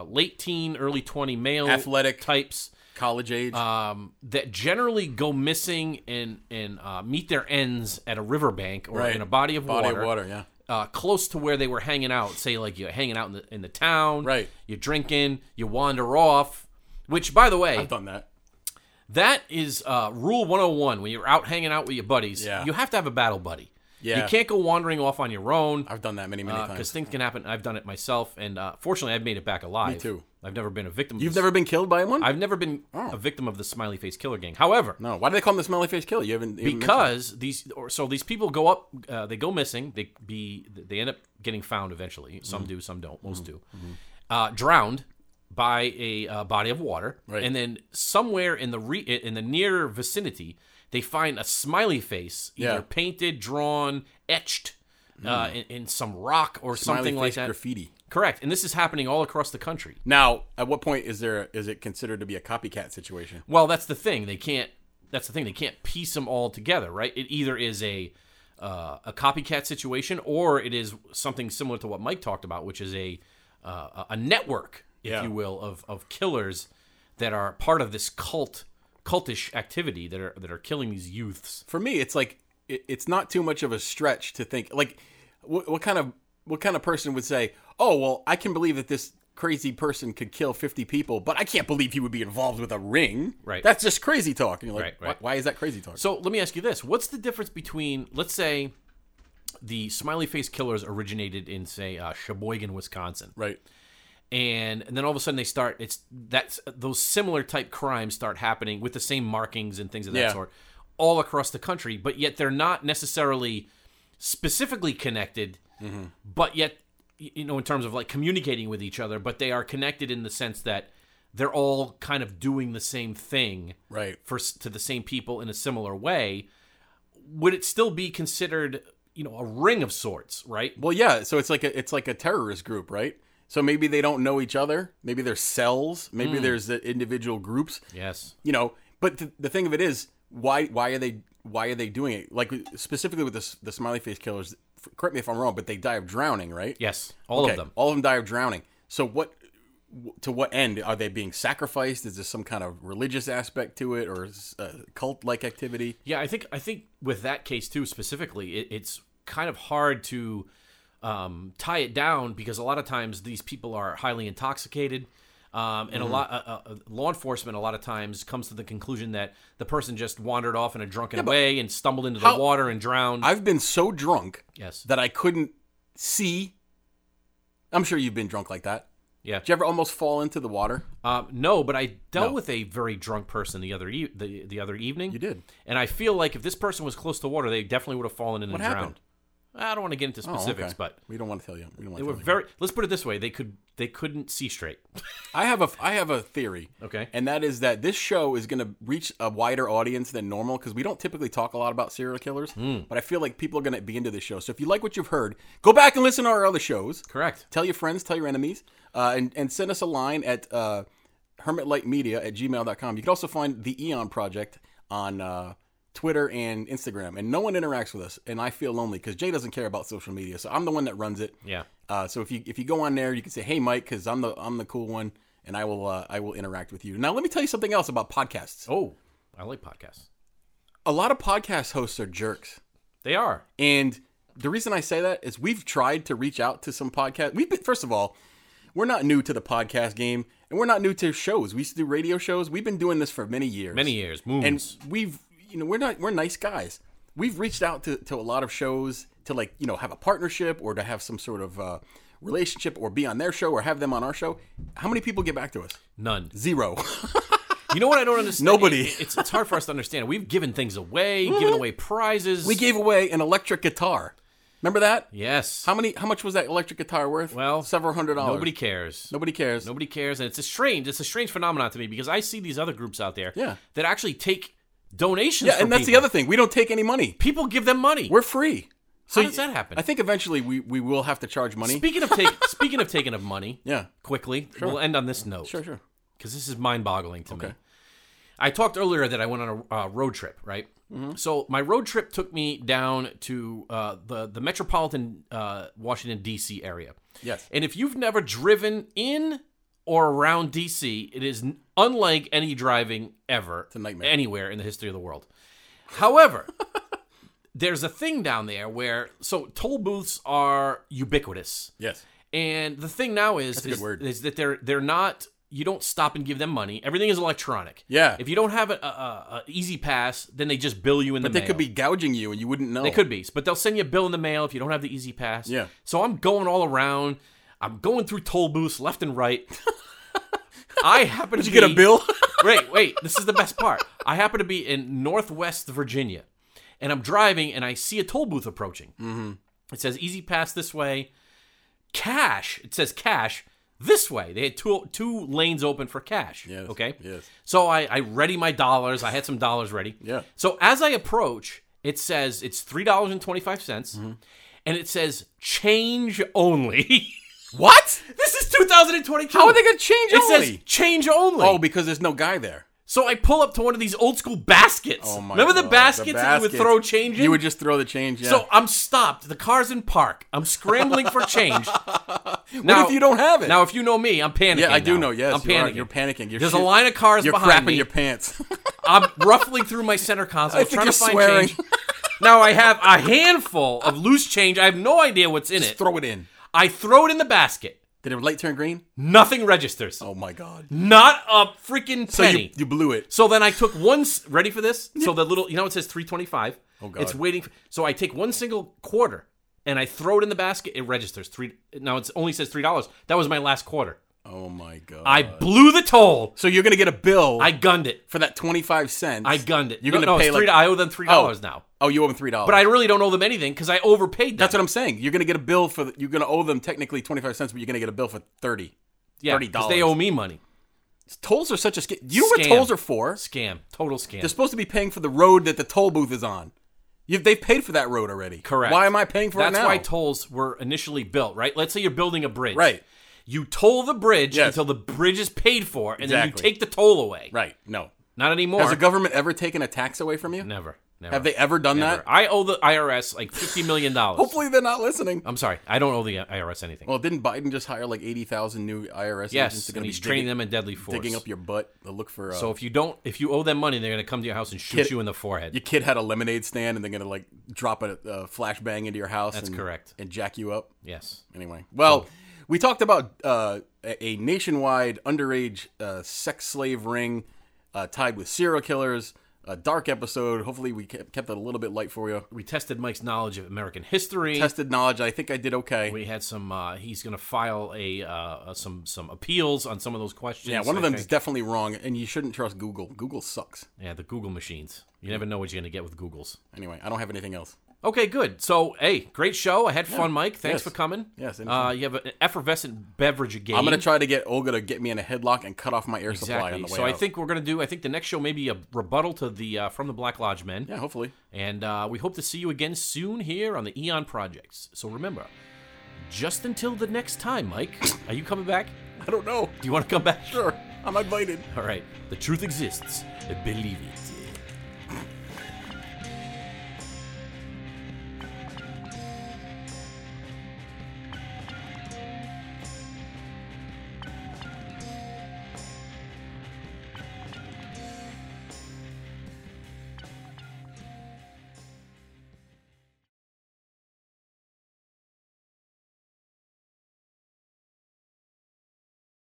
Speaker 2: uh, late teen, early twenty male
Speaker 1: Athletic.
Speaker 2: types
Speaker 1: College age.
Speaker 2: um, that generally go missing and and uh, meet their ends at a riverbank or
Speaker 1: Right.
Speaker 2: in a body of
Speaker 1: Body
Speaker 2: water,
Speaker 1: of water. Yeah.
Speaker 2: Uh, close to where they were hanging out. Say like you're hanging out in the in the town,
Speaker 1: Right.
Speaker 2: You're drinking, you wander off. Which, by the way,
Speaker 1: I've done that.
Speaker 2: that is uh, rule 101. When you're out hanging out with your buddies,
Speaker 1: Yeah.
Speaker 2: you have to have a battle buddy.
Speaker 1: Yeah.
Speaker 2: You can't go wandering off on your own
Speaker 1: I've done that many, many
Speaker 2: because
Speaker 1: times.
Speaker 2: things can happen. I've done it myself, and uh, fortunately, I've made it back alive.
Speaker 1: Me too.
Speaker 2: I've never been a victim. Of
Speaker 1: You've
Speaker 2: this-
Speaker 1: never Oh. been killed by one?
Speaker 2: I've never been a victim of the smiley face killer gang. However,
Speaker 1: no. Why do they call him the smelly face killer? You haven't. you haven't mentioned-
Speaker 2: because these or so these people go up uh, they go missing they be they end up getting found eventually some
Speaker 1: Mm-hmm.
Speaker 2: do some don't most do uh, drowned by a uh, body of water
Speaker 1: Right.
Speaker 2: and then somewhere in the re- in the near vicinity they find a smiley face either
Speaker 1: Yeah. Hmm.
Speaker 2: painted drawn etched uh, in, in some rock or
Speaker 1: Smiley
Speaker 2: something like
Speaker 1: face
Speaker 2: that
Speaker 1: graffiti.
Speaker 2: correct and this is happening all across the country
Speaker 1: Now, at what point is there is it considered to be a copycat situation?
Speaker 2: Well, that's the thing. They can't. That's the thing. They can't piece them all together, right? It either is a uh, a copycat situation, or it is something similar to what Mike talked about, which is a uh, a network, if
Speaker 1: Yeah.
Speaker 2: you will, of of killers that are part of this cult cultish activity that are that are killing these youths.
Speaker 1: For me, it's like it, it's not too much of a stretch to think like what, what kind of what kind of person would say, "Oh, well, I can believe that this crazy person could kill 50 people, but I can't believe he would be involved with a ring."
Speaker 2: Right.
Speaker 1: That's just crazy talk. And you're like,
Speaker 2: Right, right.
Speaker 1: Why, why is that crazy talk?
Speaker 2: So let me ask you this: What's the difference between, let's say, the smiley face killers originated in, say, uh, Sheboygan, Wisconsin,
Speaker 1: right.
Speaker 2: and, and then all of a sudden they start it's that's those similar type crimes start happening with the same markings and things of that
Speaker 1: Yeah.
Speaker 2: sort all across the country but yet they're not necessarily specifically connected
Speaker 1: Mm-hmm.
Speaker 2: but yet y- you know in terms of like communicating with each other but they are connected in the sense that they're all kind of doing the same thing
Speaker 1: Right.
Speaker 2: for s- to the same people in a similar way would it still be considered you know a ring of sorts right
Speaker 1: Well, yeah. So it's like a it's like a terrorist group, right? So maybe they don't know each other. Maybe there's cells.
Speaker 2: Hmm.
Speaker 1: Maybe there's the individual groups.
Speaker 2: yes
Speaker 1: You know. But the, the thing of it is, why why are they why are they doing it? Like specifically with the s- the smiley face killers, f- correct me if I'm wrong, but they die of drowning, right?
Speaker 2: Yes, all
Speaker 1: Okay,
Speaker 2: of them.
Speaker 1: All of them die of drowning. So what? To what end are they being sacrificed? Is there some kind of religious aspect to it, or is uh, cult-like activity?
Speaker 2: Yeah, I think I think with that case too specifically, it, it's kind of hard to um, tie it down because a lot of times these people are highly intoxicated, um,
Speaker 1: Mm-hmm.
Speaker 2: and a lot uh, uh, law enforcement a lot of times comes to the conclusion that the person just wandered off in a drunken way and stumbled into the
Speaker 1: how-
Speaker 2: water and drowned.
Speaker 1: I've been so drunk
Speaker 2: yes,
Speaker 1: that I couldn't see. I'm sure you've been drunk like that.
Speaker 2: yeah.
Speaker 1: Did you ever almost fall into the water?
Speaker 2: Um, no, but I dealt
Speaker 1: No.
Speaker 2: with a very drunk person the other e- the, the other evening.
Speaker 1: You did.
Speaker 2: and I feel like if this person was close to water, they definitely would have fallen in
Speaker 1: What
Speaker 2: and
Speaker 1: happened?
Speaker 2: drowned. I don't want to get into
Speaker 1: Oh, okay.
Speaker 2: specifics, but
Speaker 1: we don't want to tell you. We don't want
Speaker 2: They
Speaker 1: to
Speaker 2: were
Speaker 1: tell you.
Speaker 2: very. Let's put it this way: they could they couldn't see straight.
Speaker 1: I have a I have a theory.
Speaker 2: Okay.
Speaker 1: And that is that this show is going to reach a wider audience than normal because we don't typically talk a lot about serial killers, but I feel like people are going to be into this show. So if you like what you've heard, go back and listen to our other shows.
Speaker 2: Correct.
Speaker 1: Tell your friends, tell your enemies, uh, and, and send us a line at uh, hermitlightmedia at gmail.com. You can also find The Eon Project on uh, Twitter and Instagram. And no one interacts with us, and I feel lonely because Jay doesn't care about social media, so I'm the one that runs it.
Speaker 2: Yeah.
Speaker 1: Uh, so if you if you go on there, you can say, "Hey, Mike," because I'm the I'm the cool one, and I will uh, I will interact with you. Now, let me tell you something else about podcasts.
Speaker 2: Oh, I like podcasts.
Speaker 1: A lot of podcast hosts are jerks,
Speaker 2: They are.
Speaker 1: and the reason I say that is we've tried to reach out to some podcast. We've been first of all, we're not new to the podcast game, and we're not new to shows. We used to do radio shows. We've been doing this for many years.
Speaker 2: Many years. Moons.
Speaker 1: and we've you know we're not we're nice guys we've reached out to, to a lot of shows to like you know have a partnership or to have some sort of uh, relationship or be on their show or have them on our show how many people get back to us
Speaker 2: None.
Speaker 1: zero
Speaker 2: You know what I don't understand?
Speaker 1: Nobody.
Speaker 2: It- it's, it's hard for us to understand. We've given things away, given away prizes.
Speaker 1: we gave away an electric guitar remember that
Speaker 2: Yes.
Speaker 1: how many how much was that electric guitar worth
Speaker 2: Well,
Speaker 1: several hundred dollars
Speaker 2: Nobody cares.
Speaker 1: nobody cares
Speaker 2: Nobody cares, and it's a strange. It's a strange phenomenon to me because I see these other groups out there.
Speaker 1: Yeah.
Speaker 2: That actually take donations.
Speaker 1: yeah and that's the
Speaker 2: other.
Speaker 1: other thing we don't take any money
Speaker 2: People give them money.
Speaker 1: we're free so
Speaker 2: How does that happen?
Speaker 1: i think eventually we, we will have to charge money
Speaker 2: speaking of take, speaking of taking of money.
Speaker 1: yeah
Speaker 2: Quickly, we'll end on this note.
Speaker 1: sure sure
Speaker 2: because this is mind-boggling to me. I talked earlier that I went on a uh, road trip, right?
Speaker 1: Mm-hmm.
Speaker 2: So my road trip took me down to uh, the the metropolitan uh, Washington D.C. area.
Speaker 1: Yes.
Speaker 2: and if you've never driven in or around D.C., it is n- unlike any driving ever it's
Speaker 1: a nightmare.
Speaker 2: anywhere in the history of the world. However. There's a thing down there where so toll booths are ubiquitous.
Speaker 1: yes
Speaker 2: And the thing now is,
Speaker 1: a good
Speaker 2: is,
Speaker 1: word.
Speaker 2: is that they're they're not. You don't stop and give them money. Everything is electronic.
Speaker 1: Yeah.
Speaker 2: If you don't have an a, a easy pass, then they just bill you in the
Speaker 1: they
Speaker 2: mail.
Speaker 1: could be gouging you and you wouldn't know
Speaker 2: They could be, but they'll send you a bill in the mail if you don't have the easy pass.
Speaker 1: Yeah.
Speaker 2: So I'm going all around. I'm going through toll booths left and right. I happen to
Speaker 1: Did you get a
Speaker 2: be-
Speaker 1: bill
Speaker 2: wait, wait. This is the best part. I happen to be in Northwest Virginia, and I'm driving, and I see a toll booth approaching. Mm-hmm. It says "Easy Pass this way," cash. It says cash this way. They had two two lanes open for cash.
Speaker 1: Yes,
Speaker 2: Okay.
Speaker 1: yes.
Speaker 2: So I I ready my dollars. I had some dollars ready.
Speaker 1: Yeah.
Speaker 2: So as I approach, it says it's three dollars and
Speaker 1: Mm-hmm.
Speaker 2: and it says change only.
Speaker 1: what
Speaker 2: this is 2022.
Speaker 1: How are they gonna change
Speaker 2: It
Speaker 1: only?
Speaker 2: says change only.
Speaker 1: oh, because there's no guy there.
Speaker 2: So I pull up to one of these old school baskets.
Speaker 1: Oh my
Speaker 2: Remember the
Speaker 1: God,
Speaker 2: baskets, that you would
Speaker 1: baskets.
Speaker 2: throw change in?
Speaker 1: You would just throw the change. Yeah.
Speaker 2: So I'm stopped. The car's in park. I'm scrambling for change.
Speaker 1: what if you don't have it?
Speaker 2: Now, if you know me, I'm panicking.
Speaker 1: yeah, I do
Speaker 2: now.
Speaker 1: know. Yes,
Speaker 2: I'm
Speaker 1: you are.
Speaker 2: panicking.
Speaker 1: You're panicking. You're
Speaker 2: There's
Speaker 1: shit-
Speaker 2: a line of cars
Speaker 1: You're
Speaker 2: behind
Speaker 1: crapping
Speaker 2: me.
Speaker 1: your pants.
Speaker 2: I'm ruffling through my center console
Speaker 1: I think
Speaker 2: trying
Speaker 1: you're
Speaker 2: to find
Speaker 1: swearing.
Speaker 2: change. Now I have a handful of loose change. I have no idea what's in it.
Speaker 1: throw it in.
Speaker 2: I throw it in the basket.
Speaker 1: Did it light turn green?
Speaker 2: Nothing registers.
Speaker 1: Oh my god.
Speaker 2: Not a freaking penny.
Speaker 1: So you, you blew it.
Speaker 2: So then I took one. s- Ready for this? So the little, you know, it says three twenty five. Oh
Speaker 1: God.
Speaker 2: It's waiting. For, so I take one single quarter and I throw it in the basket. It registers three. Now it only says three dollars. That was my last quarter.
Speaker 1: Oh my god.
Speaker 2: I blew the toll.
Speaker 1: so you're gonna get a bill
Speaker 2: I gunned it.
Speaker 1: for that 25 cents.
Speaker 2: I gunned it.
Speaker 1: You're
Speaker 2: No,
Speaker 1: gonna
Speaker 2: no, it's
Speaker 1: pay
Speaker 2: three,
Speaker 1: like.
Speaker 2: I owe them three dollars now.
Speaker 1: oh, you owe them three dollars.
Speaker 2: But I really don't owe them anything because I overpaid. Them.
Speaker 1: That's what I'm saying. You're gonna get a bill for. The, you're gonna owe them technically 25 cents, but you're gonna get a bill for 30.
Speaker 2: yeah, 'cause
Speaker 1: $30.
Speaker 2: They owe me money.
Speaker 1: Tolls are such a. Sca- you know what
Speaker 2: Scam.
Speaker 1: tolls are for?
Speaker 2: Scam. Total scam.
Speaker 1: They're supposed to be paying for the road that the toll booth is on. You've, they've paid for that road already.
Speaker 2: Correct.
Speaker 1: Why am I paying for
Speaker 2: That's
Speaker 1: it now?
Speaker 2: why tolls were initially built, right? Let's say you're building a bridge.
Speaker 1: Right.
Speaker 2: You toll the bridge
Speaker 1: Yes.
Speaker 2: until the bridge is paid for, and then you
Speaker 1: Exactly.
Speaker 2: take the toll away.
Speaker 1: right. No.
Speaker 2: Not anymore.
Speaker 1: Has the government ever taken a tax away from you?
Speaker 2: Never. Never.
Speaker 1: Have they ever done
Speaker 2: Never.
Speaker 1: that?
Speaker 2: I owe the IRS like fifty million dollars.
Speaker 1: Hopefully they're not listening.
Speaker 2: I'm sorry, I don't owe the IRS anything.
Speaker 1: Well, didn't Biden just hire like 80,000 new IRS agents
Speaker 2: yes,
Speaker 1: to
Speaker 2: and
Speaker 1: gonna be
Speaker 2: he's training
Speaker 1: digging,
Speaker 2: them in deadly force.
Speaker 1: digging up your butt to look for uh,
Speaker 2: so if you don't, if you owe them money, they're gonna come to your house and shoot
Speaker 1: Kid-
Speaker 2: you in the forehead.
Speaker 1: your kid had a lemonade stand and they're going to like drop a, a flashbang into your house
Speaker 2: That's
Speaker 1: and,
Speaker 2: correct.
Speaker 1: and jack you up.
Speaker 2: yes,
Speaker 1: Anyway, well, we talked about uh, a a nationwide underage uh, sex slave ring uh, tied with serial killers. A dark episode. Hopefully, we kept kept it a little bit light for you.
Speaker 2: we tested Mike's knowledge of American history.
Speaker 1: Tested knowledge. I think I did okay.
Speaker 2: we had some. Uh, he's gonna file a uh, uh, some some appeals on some of those questions.
Speaker 1: yeah, one of
Speaker 2: I
Speaker 1: them is
Speaker 2: think.
Speaker 1: definitely wrong, and you shouldn't trust Google. Google sucks.
Speaker 2: yeah, the Google machines. You never know what you're gonna get with Google's.
Speaker 1: Anyway, I don't have anything else.
Speaker 2: Okay, good. So, hey, great show. I had fun, Mike. Thanks
Speaker 1: Yes.
Speaker 2: for coming.
Speaker 1: Yes, anytime.
Speaker 2: Uh, you have an effervescent beverage again.
Speaker 1: I'm gonna try to get Olga to get me in a headlock and cut off my air supply on
Speaker 2: Exactly.
Speaker 1: the way
Speaker 2: So I
Speaker 1: out.
Speaker 2: think we're gonna do. I think the next show may be a rebuttal to the uh, from the Black Lodge Men,
Speaker 1: yeah, hopefully.
Speaker 2: and uh, we hope to see you again soon here on the Eon Projects. So remember, just until the next time, Mike. Are you coming back?
Speaker 1: I don't know.
Speaker 2: Do you want to come back?
Speaker 1: Sure, I'm invited.
Speaker 2: All right. The truth exists. Believe it.